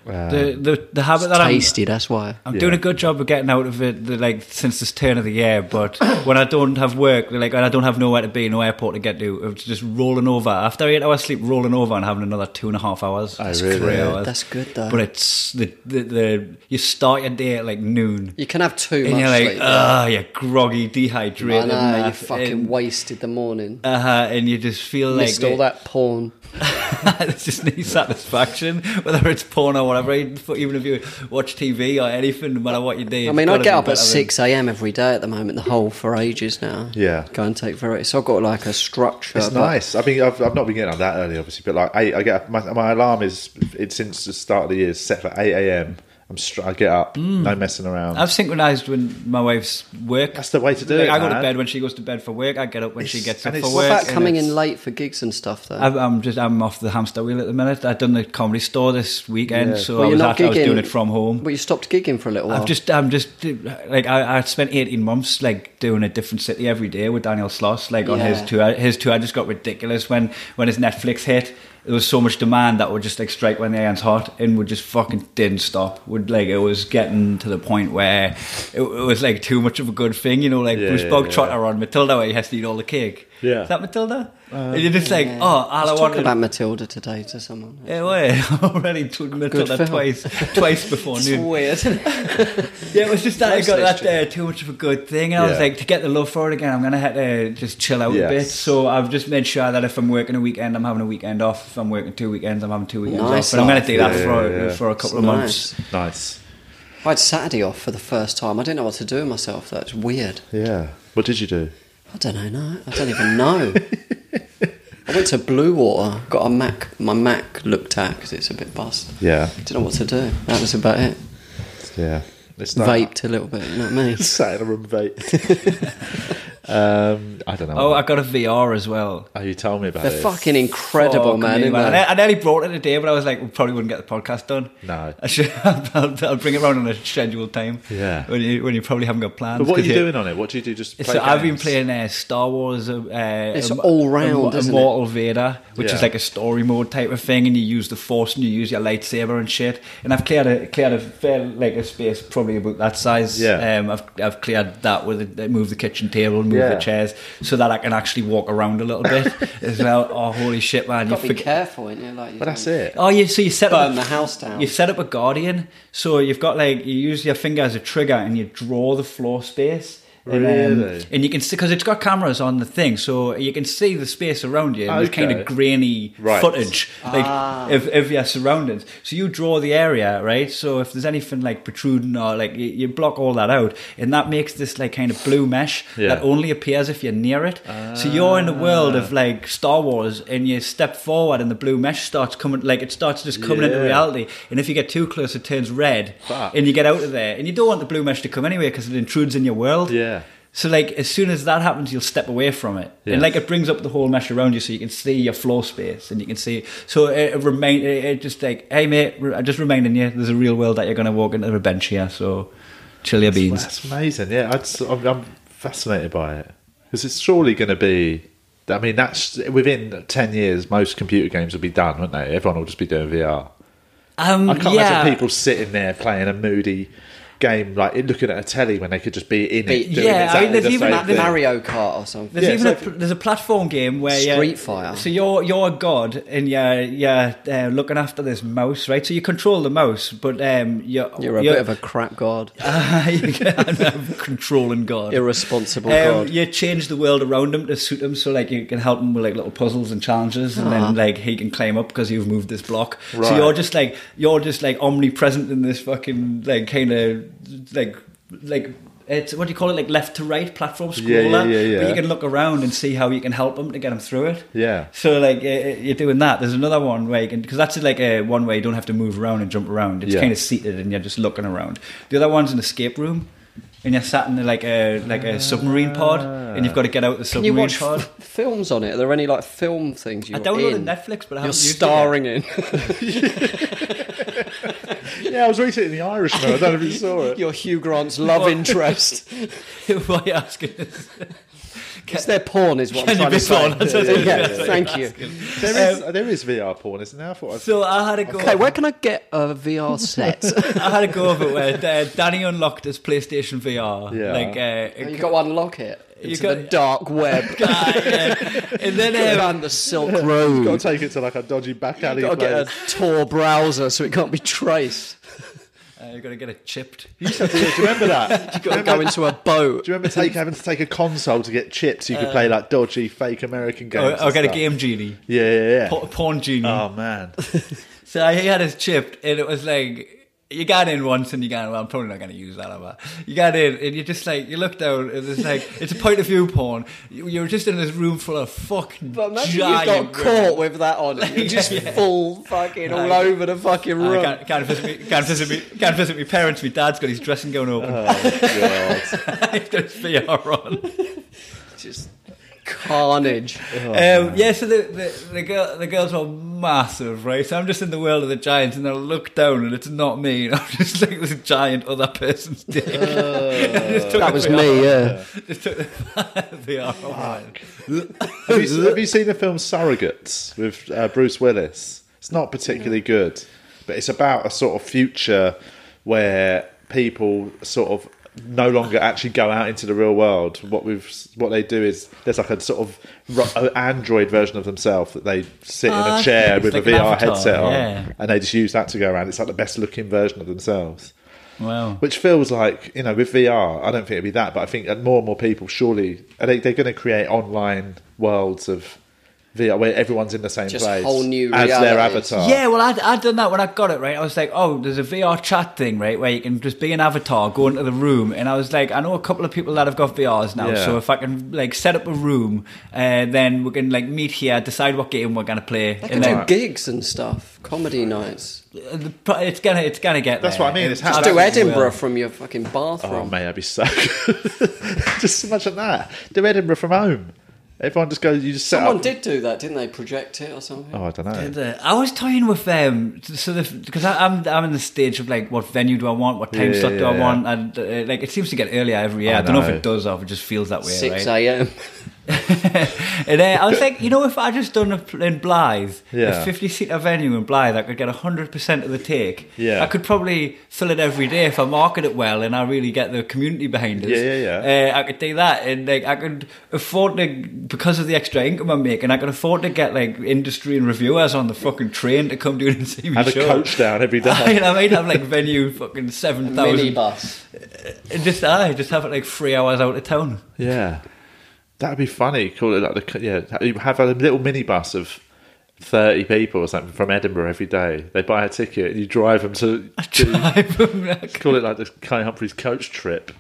The, the, the habit
It's
that um, I'm,
tasty, that's why.
I'm doing a good job of getting out of it the, like since this turn of the year, but [coughs] when I don't have work, like when I don't have nowhere to be, no airport to get to, it's just rolling over. After eight hours sleep, rolling over and having another two and a half hours. That's
really?
three hours.
That's good, though.
But it's the, the, the you start your day at like noon.
You can have too
and
much
you're like,
sleep.
ah, you're groggy,
I
dehydrated.
know, you
naff,
fucking
and,
wasted the morning.
uh-huh, and you just feel like
Missed all
[laughs]
that porn.
there's just no satisfaction, [laughs] whether it's porn or whatever. Even if you watch TV or anything, no matter what you do.
I
it's
mean, I
gotta
get
be
up
better
at
than-
6 a.m. every day at the moment, the whole for ages now.
Yeah.
Go and take various. So I've got like a structure.
It's
Uh, but-
nice. I mean, I've, I've not been getting up that early, obviously, but like eight, I get up, my, my alarm is it's since the start of the year set for eight a.m. I'm str- I get up, no messing around.
I've synchronised when my wife's work.
That's the way to do it,
I go to
man.
bed when she goes to bed for work. I get up when she
It's-
gets
and
up
it's-
for
What
work.
About
and
coming in
it's-
late for gigs and stuff, though.
I'm- I'm just I'm off the hamster wheel at the minute. I've done the comedy store this weekend,
Yeah.
so
Well,
I,
you're
was
not
actually, I was
gigging.
doing it from home.
but you stopped gigging for a little while.
I've just I'm just like I, I spent 18 months like doing a different city every day with Daniel Sloss like on
Yeah.
his tour. His tour just got ridiculous when when his Netflix hit. There was so much demand that would just like strike when the iron's hot, and would just fucking didn't stop. Would like it was getting to the point where it, it was like too much of a good thing, you know. Like
Yeah,
Bruce
yeah, yeah.
Bog Trotter on Matilda, where he has to eat all the cake.
Yeah.
is that Matilda? and you're just like,
Uh, Yeah.
oh, all
I
I
was talking
wanted
about Matilda today to someone.
yeah, well, [laughs] already took Matilda
film.
twice, twice
[laughs]
before
It's
noon.
weird. isn't it?
Yeah, it was just that I got that
Translation.
there too much of a good thing, and I was
Yeah.
like, to get the love for it again, I'm gonna have to just chill out
Yes.
a bit. So I've just made sure that if I'm working a weekend, I'm having a weekend off. If I'm working two weekends, I'm having two weekends
Nice
off. But I'm gonna
off.
do that
Yeah,
for
yeah, yeah.
for a couple
It's
of months.
nice.
I had Saturday off for the first time. I didn't know what to do with myself. That's weird.
Yeah. What did you do?
I don't know. No, I don't even know. I went to Blue Water. Got a Mac. My Mac looked at because it's a bit bust.
Yeah.
Didn't know what to do. That was about it.
Yeah. It's
Vaped a little bit. You know what I mean?
Sat in a room vape. [laughs] um, I don't know.
Oh, I got a VR as well. Oh,
oh, you tell me about
They're
it.
fucking incredible,
Fuck
man.
me,
aren't
I,
they?
ne- I nearly brought it today, but I was like, we probably wouldn't get the podcast done.
No.
[laughs] I should, I'll, I'll bring it around on a scheduled time.
Yeah.
When you, when you probably haven't got plans.
But what are
'cause
you doing on it? What do you do? Just play
So I've been
games?
playing uh, Star Wars. Uh, uh,
It's
Im-
all round,
Im-
isn't it?
Immortal Vader, which
Yeah.
is like a story mode type of thing, and you use the Force and you use your lightsaber and shit. And I've cleared a cleared a fair like a space probably about that size.
Yeah.
Um, I've I've cleared that with a, move the kitchen table, move
Yeah.
the chairs, so that I can actually walk around a
[laughs]
little bit as well. Oh holy shit, man!
You've got to be
forget-
careful, ain't you? Like, you
But that's
don't
it.
Oh, you so you set up
Burn the house down.
You set up a guardian, so you've got like you use your finger as a trigger and you draw the floor space. And, um,
Really?
and you can see because it's got cameras on the thing, so you can see the space around you. And There's
Okay.
kind of grainy
Right.
footage, like of, of your surroundings. So you draw the area, right? So if there's anything like protruding or like you, you block all that out, and that makes this like kind of blue mesh
Yeah. Ah.
that only appears if you're near it. So you're in the world of like Star Wars, and you step forward, and the blue mesh starts coming, like it starts just coming into
Yeah.
reality. And if you get too close, it turns red,
Fuck.
and you get out of there. And you don't want the blue mesh to come anyway because it intrudes in your world.
Yeah.
So like as soon as that happens, you'll step away from it,
Yes.
and like it brings up the whole mesh around you, so you can see your floor space, and you can see. So it, it remind it, it just like, hey mate, re- I'm just reminding you, there's a real world that you're gonna walk into a bench here, so chill your beans.
That's amazing. Yeah, I'd, s- I'm, I'm fascinated by it because it's surely going to be. I mean, that's within ten years, most computer games will be done, won't they? Everyone will just be doing VR.
Um,
I can't
yeah.
imagine people sitting there playing a moody game like looking at a telly when they could just be in it.
Be-
Doing
Yeah, I
exactly
mean, there's
the
even
same
that-
thing.
Mario Kart or something.
There's
Yeah,
even
so-
a, pl- there's a platform game where you-
Street Fighter.
So you're you're a god and you're you're uh, looking after this mouse, right? So you control the mouse, but um, you're
You're a bit of a crap god.
[laughs]
[laughs]
a controlling god.
Irresponsible
Um,
god.
you change the world around him to suit him, so like you can help him with like little puzzles and challenges, and then like he can climb up because you've moved this block.
Uh-huh. Right.
So you're just like you're just like omnipresent in this fucking like kind of like like. It's, what do you call it? Like left to right platform scroller.
Yeah, yeah, yeah,
But
yeah.
you can look around and see how you can help him to get him through it.
Yeah.
So like uh, you're doing that. There's another one where you can because that's like a one way you don't have to move around and jump around. It's
Yeah.
kind of seated and you're just looking around. The other one's an escape room, and you're sat in like a like a submarine pod, and you've got to get out the
Can you
submarine
watch
pod.
f- [laughs] films on it? Are there any like film things you?
I downloaded
in?
Netflix, but I haven't
You're
used it
starring in.
Yeah, I was reading The Irishman. I don't know if you saw
[laughs]
[laughs] it.
You're Hugh Grant's love interest.
[laughs] Why are you asking this?
it's their porn, is what I'm
Can you
trying
be
to say.
porn? That's what I was
Yeah,
gonna say.
thank you.
There is, there is VR porn, isn't there? I thought I
So I had to go.
Okay, where can I get a VR set?
I had a go of it where uh, Danny unlocked his PlayStation VR.
Yeah.
Like, uh,
you got to unlock it
You
into
got-
the dark [laughs] web.
and
[laughs]
then um,
Around the Silk Road.
got to take it to like a dodgy back alley
Got to
place.
get a Tor browser so it can't be traced.
uh, you got to get it chipped.
Do you remember
[laughs]
that?
You got to go into a [laughs] boat.
Do you remember take, having to take a console to get chips? You could
Uh.
play like dodgy fake American games.
Oh,
I'll,
and
get a
stuff?
game genie,
Yeah, yeah, yeah.
Por- porn genie.
Oh man,
So he had his chipped, and it was like you got in once and you got, well, I'm probably not going to use that, am I? You got in and you just like, you look down and
[laughs]
it's like, it's a point of view porn. You- You're just in this room full of fucking
But imagine
giant
you got
women.
caught with that on. You're [laughs] just
Yeah.
full fucking all over the fucking
And I
room.
Ah, can't, can't visit me. Can't visit me. Can't visit me parents. My dad's got his dressing gown open. [laughs] He's got his VR on.
Just [laughs] carnage.
um, yeah. So the the, the, girl, the girls are massive, right? So I'm just in the world of the giants, and I look down, and it's not me. [laughs] And I'm just like this giant other
[laughs]
person's dick. I [laughs] just took
Oh. That
the
was
VR
me, Ah. yeah.
Just took the [laughs] VR on.
Have you,
[laughs]
have you seen the film Surrogates with uh, Bruce Willis? It's not particularly good, but it's about a sort of future where people sort of no longer actually go out into the real world. What we've what they do is there's like a sort of ro- a android version of themselves that they sit in
Ah,
a chair
it's
with
like
a
an
VR
avatar,
headset on,
yeah.
and they just use that to go around. It's like the best looking version of themselves
Wow.
which feels like you know with VR, I don't think it'd be that, but I think that more and more people surely are they, they're going to create online worlds of VR where everyone's in the same
Just
place,
whole new
as their
realities.
avatar.
Yeah, well, I'd, I'd done that when I got it, right? I was like, oh, there's a VR chat thing, right, where you can just be an avatar, go into the room. And I was like, I know a couple of people that have got VRs now,
Yeah.
so if I can, like, set up a room, uh, then we can, like, meet here, decide what game we're going to play.
They can
and
do
then
gigs and stuff, comedy nights.
uh, the pro- it's going to it's gonna get
That's
there.
what I mean, it's
Just
Oh,
Just
happening.
do
that
Edinburgh from your fucking
Oh
bathroom.
mate, that'd be so. [laughs] good. just imagine that. Do Edinburgh from home. Everyone just goes. You just set
Someone
up.
did do that, didn't they? Project it or something.
Oh, I don't know.
And, uh, I was toying with um, so because I'm I'm in the stage of like what venue do I want, what time
Yeah,
slot do I
yeah, yeah.
want, and uh, like it seems to get earlier every year. I,
I
don't know. if
know.
it does or if it just feels that way. right?
Six a.m.
[laughs] and uh, I was like, you know, if I just done a, pl- in Blythe,
Yeah.
a 50 seater venue in Blythe, I could get 100% of the take.
Yeah.
I could probably fill it every day if I market it well and I really get the community behind us.
Yeah, yeah, yeah.
Uh, I could do that. And like, I could afford to, because of the extra income I'm making, I could afford to get like industry and reviewers on the fucking train to come down and see me.
Have a
show.
coach down every day.
[laughs] I mean, I might have like venue fucking
Mini
7,000.
bus.
And Just, I just have it like three hours out of town.
Yeah, that'd be funny. Call it like the yeah. You have a little minibus of thirty people or something from Edinburgh every day. They buy a ticket and you drive them
[laughs]
to.
Drive
call it like the Kai Humphries coach trip.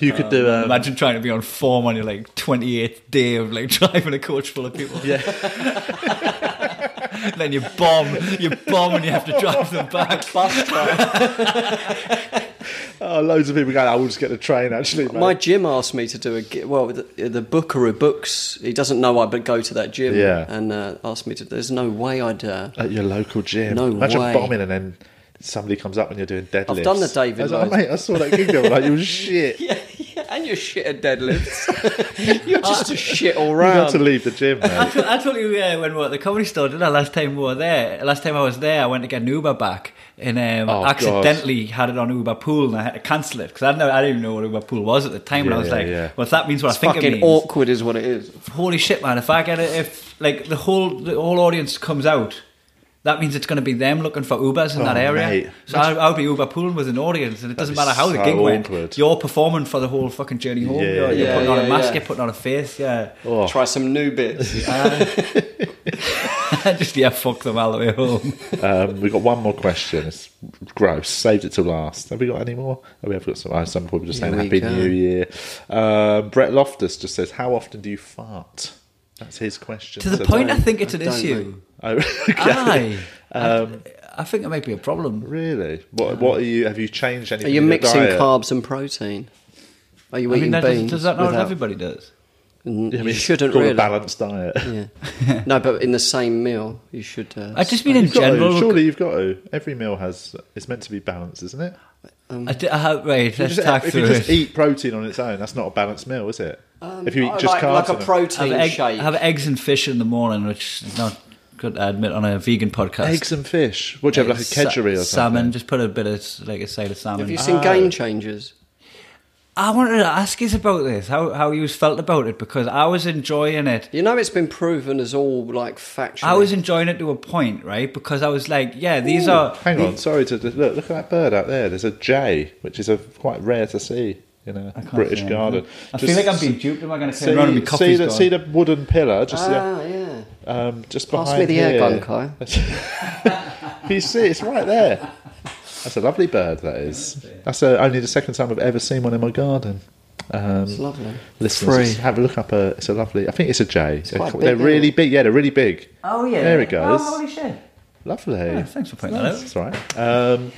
You could do um,
Imagine trying to be on form on your like 28th day of like [laughs] driving a coach full of people. Yeah. [laughs] then you bomb, you bomb, and you have to drive them [laughs] back.
Bus driver.
oh, loads of people going. I will just get the train. Actually, mate.
My gym asked me to do a gig. Well, the, the Bookeroo Books. He doesn't know I but go to that gym.
Yeah.
And uh, asked me to. There's no way I'd. Uh,
at your local gym.
No
Imagine
way.
bombing and then somebody comes up and you're doing deadlifts.
done the David
I was like,
Lloyd.
mate, I saw that gig. there. I'm Like you were shit.
[laughs] yeah, yeah, [laughs] and you're shit at [laughs] deadlifts. you're just a shit all round.
You got to leave the gym, mate.
I told you uh, when we were at the comedy store, didn't I? Last time we were there, last time I was there, I went to get an Uber back and um,
Oh,
accidentally had it on Uber Pool and I had to cancel it because I, didn't know- I didn't even know what Uber Pool was at the time. and
Yeah,
I was
yeah,
like,
yeah.
well, if that means what I think it
fucking
means.
awkward is what it is.
holy shit, man! If I get it, if like the whole the whole audience comes out, that means it's going to be them looking for Ubers in that
Oh,
area.
mate.
So I, I'll be Uber pooling with an audience, and it doesn't
That'd be
matter how the
so
gig went.
awkward.
You're performing for the whole fucking journey home.
Yeah, Oh.
you're you're
yeah,
putting on a
yeah,
mask,
yeah.
you're putting on a face. Yeah,
Try some new bits.
[laughs]
[laughs]
just yeah, fuck them all the
[laughs]
way home.
Um, we've got one more question. It's gross. Saved it till last. Have we got any more? Oh, we have got some. oh, Some people just saying
we
Happy
go.
New Year. Um, Brett Loftus just says, How often do you fart? That's his question.
to the
So
point, I
don't-
think it's an
don't
issue.
Oh, [laughs] okay. Um,
Aye. I, I think it might be a problem.
Really? What? What are you? Have you changed
Are
anything?
you
in your
mixing
diet?
carbs and protein? Are you
I mean,
eating
that does,
beans?
does that not
without-
everybody does?
N-
I mean,
you
it's
shouldn't
called
really.
a balanced diet. [laughs]
Yeah. no, but in the same meal, you should. Uh,
I just mean in
You've got to.
general.
Surely you've got to. Every meal has. It's meant to be balanced, isn't it?
I d- I have,
You
right, let's
just-
tack
if you
through
just
it.
eat protein on its own, that's not a balanced meal, is it? if you eat just
Um, like,
carbs,
like
and
a protein
have, egg-
shake.
have eggs and fish in the morning, which is not good to admit on a vegan podcast.
eggs and fish. What do you have, like a
Sa-
kedgeree or
salmon.
something?
Just put a bit of like a side of salmon. Ah,
Have you
Ah.
seen Game Changers?
I wanted to ask you about this. How how you felt about it because I was enjoying it.
You know, it's been proven as all like factually.
I was enjoying it to a point, right? Because I was like, yeah, these
Ooh,
are
Hang on, sorry to look. Look at that bird out there. There's a jay, which is a quite rare to see in a
I can't
British
see them.
garden.
I feel
Just
like I'm being duped. Am I going to
See,
turn around and my
see
coffee's
the,
gone?
see the wooden pillar just
Ah, yeah.
um, just
Pass
behind
me the
here.
air gun, Kai.
[laughs] you see, it's right there. That's a lovely bird, that is. That's uh only the second time I've ever seen one in my garden.
It's
Um,
lovely.
listeners,
Free.
just have a look up. A, it's a lovely, I think it's a jay.
quite big,
they're
isn't
really
it?
big. Yeah, they're really big.
Oh yeah.
There it goes.
Oh, holy shit.
Lovely.
Yeah, thanks for pointing that out.
That's right. Um,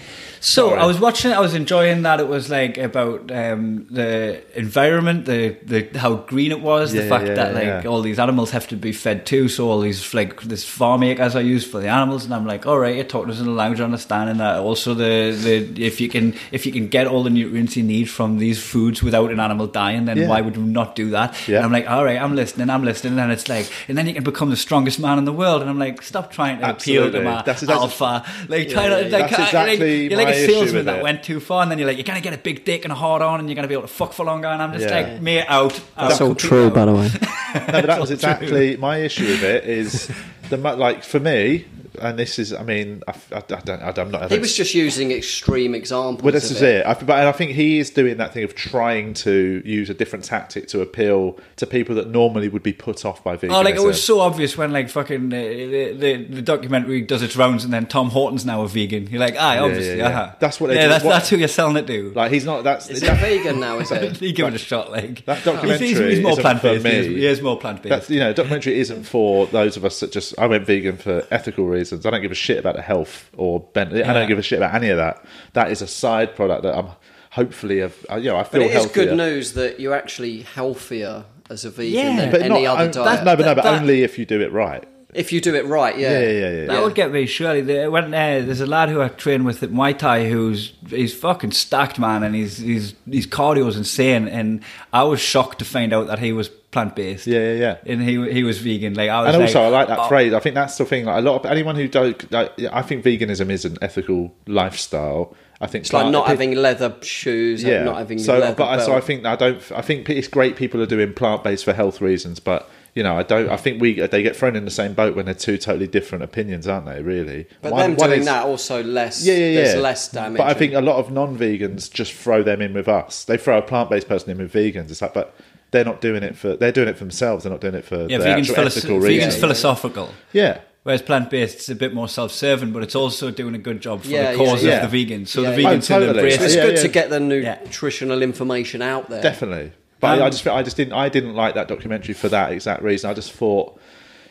So
Sorry.
I was watching. it, I was enjoying that. It was like about um, the environment, the, the how green it was,
Yeah,
the fact
yeah,
that like
yeah.
all these animals have to be fed too. So all these like this farm acres are used for the animals, and I'm like, all right, you're talking us in the lounge, understanding that. Also, the, the if you can if you can get all the nutrients you need from these foods without an animal dying, then
Yeah.
why would you not do that?
Yeah.
And I'm like, all right, I'm listening, I'm listening, and it's like, and then you can become the strongest man in the world, and I'm like, stop trying to appeal
Absolutely.
to my
That's- that's-
alpha, like try to like,
That's
I- like,
exactly
you're like
my
a
issue
salesman
with
that
it.
went too far, and then you're like, you're gonna get a big dick and a hard on, and you're gonna be able to fuck for longer. And I'm just
Yeah.
like, mate, out.
That's
out,
all
complete
true,
out.
by the way.
no, but
[laughs]
that was
It's all true.
exactly my issue with it. Is the mu- like for me, and this is, I mean, I, I- I don't, I, am not. I
He
don't-
was just using extreme examples.
Well, this
of
is it. I, but and I think he is doing that thing of trying to use a different tactic to appeal to people that normally would be put off by veganism.
Oh, like it was so obvious when like fucking uh, the, the the documentary does its rounds, and then Tom Horton's now a vegan. You're like, aye, obviously,
yeah.
uh-huh.
That's what they
yeah,
do.
that's,
What-
that's who you're selling it to.
like he's not. That's
Is he
that-
vegan now? Is it?
[laughs] you give it a shot, like
That documentary
[laughs] He's, he's more
isn't
plant based.
for me.
He is more plant
That's,
based.
you know, documentary isn't for those of us that just. I went vegan for ethical reasons. I don't give a shit about the health or ben, I don't
Yeah.
give a shit about any of that. That is a side product that I'm hopefully. Have, uh, you know, I
But
feel
it is
healthier.
good news that you're actually healthier as a vegan
Yeah.
than
but
any
not,
other
um, that-
diet.
no, but no,
That-
but
that-
only if you do it right.
if you do it right, yeah.
Yeah, yeah, yeah.
That would get me surely. There, when, uh, there's a lad who I train with at Muay Thai who's he's fucking stacked, man, and he's he's his cardio's insane. And I was shocked to find out that he was plant based.
Yeah, yeah, yeah.
And he he was vegan. Like I was.
And also, I like that
oh,
phrase. I think that's the thing. Like a lot of anyone who does, like, I think veganism is an ethical lifestyle. I think
It's like
part-
not having leather shoes, yeah. not having
so,
leather
but I, so I
belt.
think I don't. I think it's great people are doing plant based for health reasons, but you know, I don't. I think we they get thrown in the same boat when they're two totally different opinions, aren't they? Really,
But
One-
them
one
doing
is-
that also less.
Yeah, yeah, yeah.
There's less damage.
But I think a lot of non-vegans just throw them in with us. They throw a plant-based person in with vegans. It's like, but they're not doing it for. They're doing it for themselms. They're not doing it for
Yeah,
the
vegan's,
actual
philo-
ethical
vegan's
reasons.
philosophical.
yeah.
Whereas plant based is a bit more self serving, but it's also doing a good job for
Yeah,
the
yeah,
cause
yeah.
of the vegans. So
Yeah,
the
yeah.
vegans
Oh,
in
totally.
embrace
so it's
yeah,
good
yeah.
to get the
Yeah.
nutritional information out there.
Definitely. But I- I
Um,
just I just didn't I didn't like that documentary for that exact reason. I just thought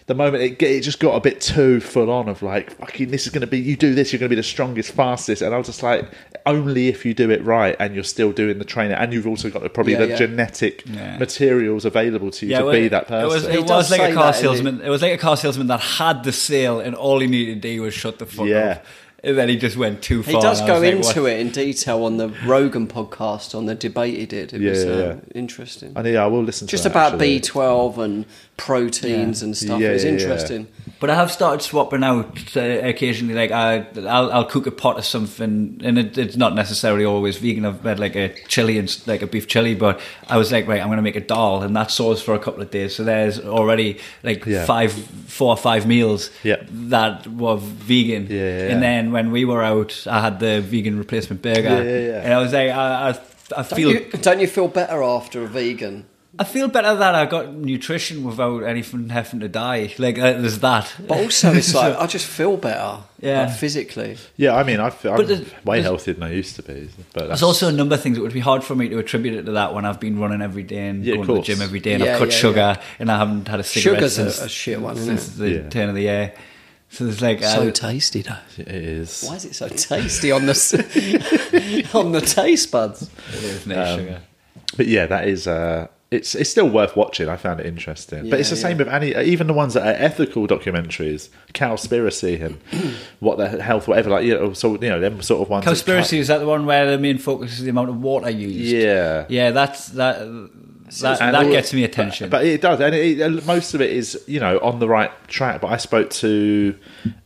the moment it, get- it just got a bit too full on of like fucking this is going to be you do this you're going to be the strongest fastest and I was just like only if you do it right and you're still doing the training and you've also got the, probably
Yeah,
the
yeah.
genetic
Yeah.
materials available to you to
well,
be that person.
It was,
He does
it was like
say
a car
that, isn't he?
salesman. It was like a car salesman that had the sale, and all he needed to do was shut the fuck
Yeah.
up. And then he just went too far.
He does
and I
go
was like, what?
into it in detail on the Rogan podcast on the debate he did. It
Yeah,
was
yeah,
uh,
yeah.
interesting.
and yeah, I will listen to
Just
that,
about
actually.
B twelve and proteins and stuff.
Yeah,
it was
yeah, yeah.
interesting.
But I have started swapping out uh, occasionally. Like I, I'll, I'll cook a pot of something, and it, it's not necessarily always vegan. I've had like a chili and s- like a beef chili, but I was like, right, I'm going to make a dal, and that saws for a couple of days. So there's already like
Yeah.
five, four or five meals
Yeah.
that were vegan.
Yeah, yeah, yeah.
And then when we were out, I had the vegan replacement burger,
Yeah, yeah, yeah.
and I was like, I, I, I
Don't,
feel
you, [laughs] don't you feel better after a vegan?
I feel better that I got nutrition without anything having to die. Like uh, there's that.
But also, it's [laughs] like I just feel better,
Yeah.
like, physically.
Yeah, I mean, I, f- I'm
there's-
way
there's-
healthier than I used to be. But that's,
There's also a number of things that would be hard for me to attribute it to that when I've been running every day and
Yeah, of
going to the
course.
gym every day and
Yeah,
I've cut
yeah,
sugar and I haven't had a cigarette
Sugar's a-
since
a shit one, isn't
since
it?
the
Yeah.
turn of the year. So there's
[laughs]
like
so
uh,
tasty though.
it is.
Why is it so tasty on the s- [laughs] on the taste buds?
isn't it,
Um,
sugar.
But yeah, that is uh, it's it's still worth watching. I found it interesting. but it's the
Yeah,
same with any even the ones that are ethical documentaries, cowspiracy and what the health, whatever. Like you know, so you know them sort of ones. that
Conspiracy
can't-
is that the one where the main focus is the amount of water used?
Yeah.
yeah, that's that that,
And
that
all-
gets me attention.
But, but it does, and it, it- most of it is you know on the right track. But I spoke to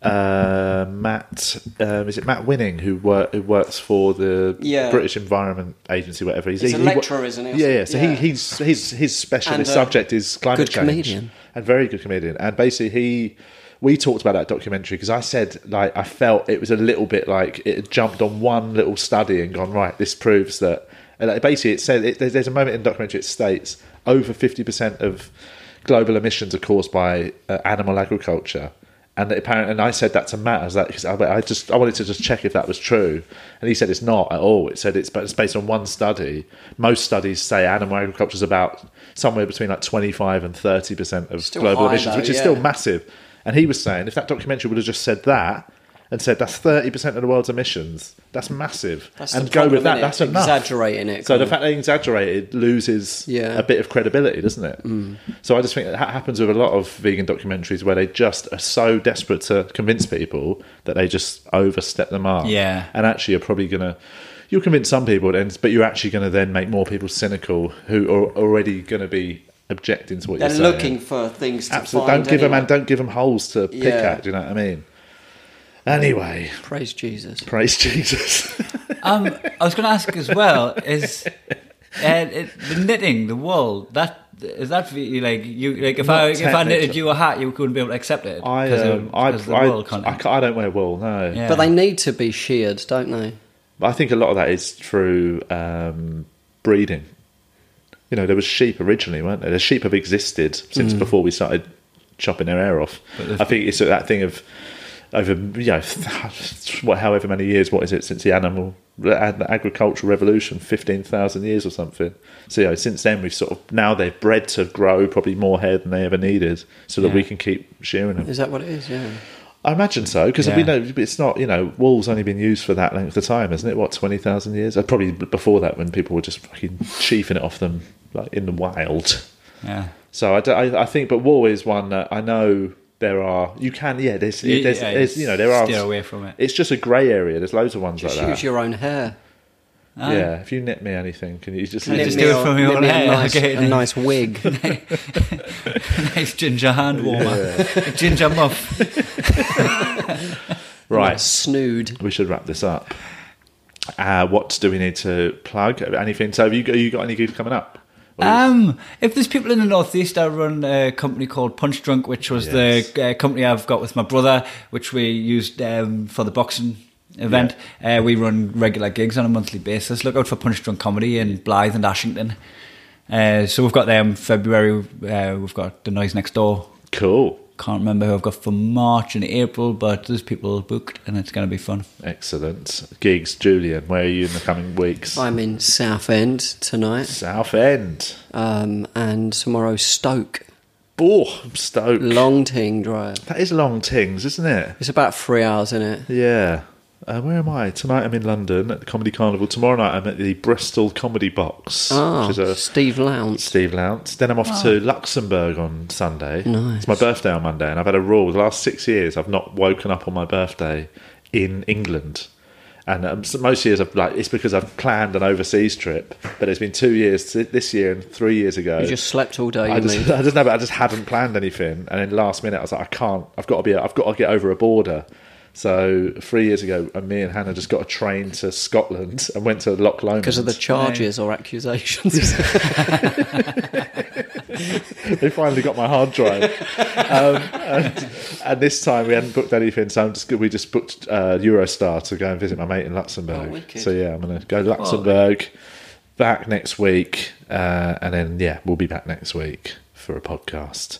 uh, Matt. Um, is it Matt Winning who, wor- who works for the
Yeah.
British Environment Agency, whatever? He's,
He's a
he wo-
lecturer, isn't he?
Yeah, yeah. So
Yeah.
He, he's his his
And uh,
specialist
a
subject is climate
good
change.
comedian.
and very good comedian. And basically, he we talked about that documentary because I said like I felt it was a little bit like it had jumped on one little study and gone right. This proves that. And like, basically, it said it, there's, there's a moment in the documentary it states over fifty percent of global emissions are caused by uh, animal agriculture. And apparently, and I said that to Matt. I was like, because I, I just I wanted to just check if that was true, and he said it's not at all. It said it's but it's based on one study. Most studies say animal agriculture is about somewhere between like twenty five and thirty percent of
Still
global
high,
emissions,
though,
which is still
yeah.
massive. And he was saying if that documentary would have just said that and said that's thirty percent of the world's emissions, that's massive.
That's
and
the
go with
problem,
that.
innit?
That's enough.
Exaggerating it,
So
kind
the
of.
fact they exaggerated loses
Yeah. Mm.
a bit of credibility, doesn't it? So I just think that ha- happens with a lot of vegan documentaries where they just are so desperate to convince people that they just overstep the mark.
Yeah.
And actually, you're probably going to. You'll convince some people, then, but you're actually going to then make more people cynical who are already going to be objecting to what
They're
you're saying.
looking for things to
Absolutely.
find.
uh, Don't give them
anyway.
and don't give them holes to pick
Yeah.
at. Do you know what I mean? Anyway,
Praise Jesus.
praise [laughs] Jesus.
Um, I was going to ask as well
[laughs]
is uh, it, the knitting, the wool that is that for you, like you like if I if I knitted
technically.
you a hat, you wouldn't be able to accept it.
I,
'cause of-
um, I,
'cause of the
I,
wool
I,
content.
ca- I don't wear wool. No,
Yeah.
But they need to be sheared, don't they?
But I think a lot of that is through um, breeding. You know, there was sheep originally, weren't there? The sheep have existed since before we started chopping their hair off. I think it's that thing of over you know [laughs] what, however many years. What is it since the animal the ag- the agricultural revolution? Fifteen thousand years or something. So you know, since then we've sort of now they've bred to grow probably more hair than they ever needed, so that we
Yeah.
can keep shearing them.
Is that what it is? Yeah.
I imagine so because we
Yeah.
know it's not you know wool's only been used for that length of time, isn't it? What twenty thousand years? Uh, Probably b- before that when people were just fucking chiefing it off them like in the wild.
yeah. [laughs]
So I, d- I- I think, but wool is one that I know there are. You can yeah, there's,
Yeah,
there's,
yeah,
there's you know there are
steer away from it.
It's just a grey area. There's loads of ones
Just
like
use
that.
your own hair.
yeah, if you knit me anything, can you just,
Knit
you
me
just
do it
a-
from your
knit
own
me
hair,
A nice,
okay,
a
then.
nice wig.
[laughs]
nice ginger hand warmer, a ginger muff.
right?
Snood.
we should wrap this up. Uh, what do we need to plug? Anything? So have you got, you got any gigs coming up? Or you-
Um, if there's people in the northeast, I run a company called Punch Drunk, which was
Yes.
the uh, company I've got with my brother, which we used um, for the boxing event. Uh, we run regular gigs on a monthly basis. Look out for Punch Drunk Comedy in Blythe and Ashington. Uh, so we've got them February. Uh, we've got the Noise Next Door.
cool.
Can't remember who I've got for March and April, but there's people booked, and it's going to be fun.
Excellent. Gigs, Julian, where are you in the coming weeks?
I'm in Southend tonight,
South End.
um, and tomorrow Stoke,
Oh, Stoke.
Long Ting Drive.
that is long tings, isn't it?
It's about three hours, isn't it?
Yeah. Uh, where am I? Tonight I'm in London at the Comedy Carnival. Tomorrow night I'm at the Bristol Comedy Box,
Ah,
which is a
Steve Lounge.
Steve Lounce. Then I'm off to Luxembourg on Sunday.
Oh. Nice.
It's my birthday on Monday, and I've had a rule the last six years I've not woken up on my birthday in England. And um, so most years, I've, like it's because I've planned an overseas trip, but it's been two years to this year and three years ago.
You just slept all day,
I
you
just,
mean?
[laughs] I just know, but I just hadn't planned anything, and then last minute I was like, I can't. I've got to be. I've got to get over a border. So three years ago, and me and Hannah just got a train to Scotland and went to Loch Lomond
Because of the charges or accusations.
they finally got my hard drive. Um, and, and this time we hadn't booked anything, so I'm just, we just booked uh, Eurostar to go and visit my mate in Luxembourg.
Oh, wicked.
so yeah, I'm going to go Luxembourg, back next week, uh, and then yeah, we'll be back next week for a podcast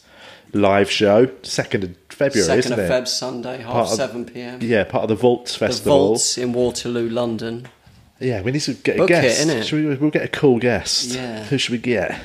live show, second of February,
Second
isn't
of
it?
Feb, Sunday, half
Part of-
seven p.m.
Yeah, part of the Vaults
the
Festival.
Vaults in Waterloo, London.
Yeah, we need to get
Book
a
it,
guest.
innit?
Should we, we'll get a cool guest.
Yeah.
Who should we get?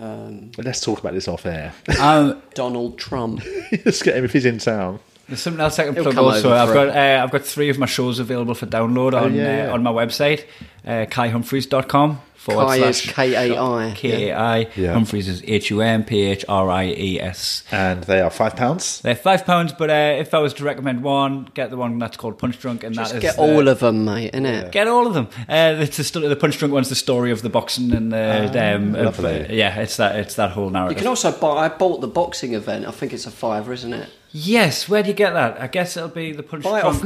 Um,
Let's talk about this off air. [laughs]
Um,
Donald Trump.
Let's get him if he's in town.
There's something else I can
It'll
plug
come
also.
over
I've
for Oh,
got uh, I've got three of my shows available for download on
yeah, yeah.
Uh, on my website, uh, kaihumphreys.com forward
Kai is
slash
K-A-I.
K A I
Yeah.
Humphreys is H U M P H R I E S.
and they are five pounds.
They're five pounds, but uh, if I was to recommend one, get the one that's called Punch Drunk, and
Just
that is
get
the-
all of them, mate, innit?
Get all of them. Uh, it's the, sto- the punch drunk one's the story of the boxing and the um, of,
lovely.
uh, yeah, it's that it's that
Ah,
whole
You
narrative.
can also buy. I bought the boxing event. I think it's a fiver, isn't it?
yes, where do you get that? I guess it'll be the punch
Buy it
drunk.
off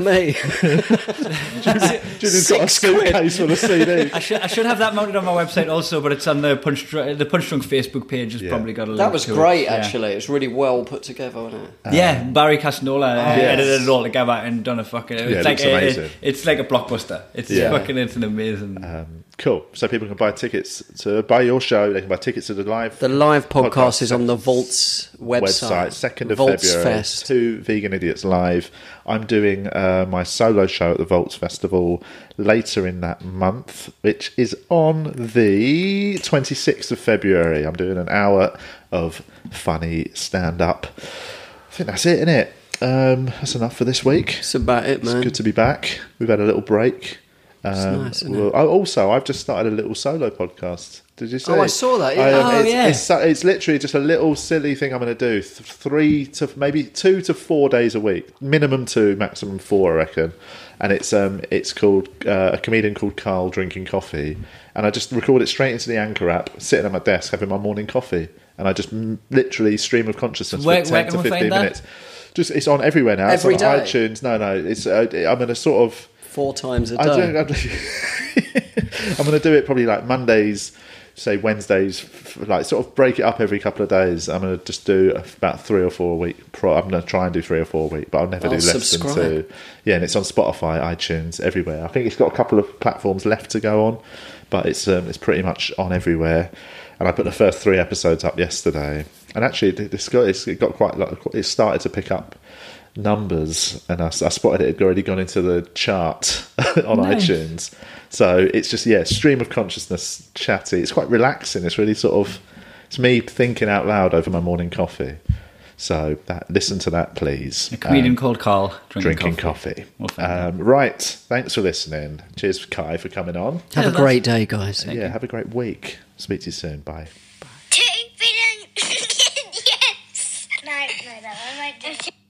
me.
Julian's got a
Six quid.
suitcase full of CDs.
I should, I should have that mounted on my website also, but it's on the Punch Dr- the Punch Drunk Facebook page. Has probably got a link.
that was
to it,
great,
yeah.
actually. It was really well put together, wasn't it?
yeah, Barry Castanola
Oh,
uh,
Yes.
edited it all together and done a fucking. It's
Yeah, it
like
looks
a,
amazing.
it's like a blockbuster. It's
Yeah.
fucking it's an amazing.
Um, [laughs] Cool. So people can buy tickets to buy your show. They can buy tickets to the live.
The live podcast,
Podcast
is on the
sec-
Vaults website.
website, second of
Vaults
February.
Fest.
Two vegan idiots live. I'm doing uh, my solo show at the Vaults Festival later in that month, which is on the 26th of February. I'm doing an hour of funny stand up. I think that's it, isn't it? Um, that's enough for this week.
That's about it,
It's
man.
good to be back. We've had a little break. Um,
nice, isn't
well, I- also, I've just started a little solo podcast. Did you see?
Oh, I saw that, yeah.
Oh,
it's,
yeah.
It's, so- it's literally just a little silly thing I'm going to do. Th- three to maybe two to four days a week, minimum two, maximum four, I reckon. And it's um, it's called uh, a comedian called Carl drinking coffee, and I just record it straight into the Anchor app, sitting at my desk having my morning coffee, and I just m- literally stream of consciousness
Where-
for
where
ten
can
to
we find
fifteen
that?
minutes. Just it's on everywhere now.
Every
it's on
day?
iTunes. No, no, it's uh, I'm going to sort of.
Four times a
I don't, I'm,
day.
[laughs] I'm going to do it probably like Mondays, say Wednesdays, f- like sort of break it up every couple of days. I'm going to just do about three or four a week. Pro- I'm going to try and do three or four a week, but I'll never
Oh,
do less
subscribe.
than two. Yeah, and it's on Spotify, iTunes, everywhere. I think it's got a couple of platforms left to go on, but it's um, it's pretty much on everywhere. And I put the first three episodes up yesterday, and actually th- this got it's, it got quite like it started to pick up numbers, and I, s- I spotted it had already gone into the chart [laughs] on iTunes. So it's just yeah, stream of consciousness, chatty. It's quite relaxing. It's really sort of it's me thinking out loud over my morning coffee. So that, listen to that, please.
A comedian
Um,
called Carl drinking,
drinking
coffee.
coffee.
Well, thank
um, right. Thanks for listening. Cheers, Kai, for coming on.
Have a
Yeah,
great day, guys.
Yeah, have a great week. Speak to you soon. Bye.
Two vegan idiots. No, no, no, I might do it.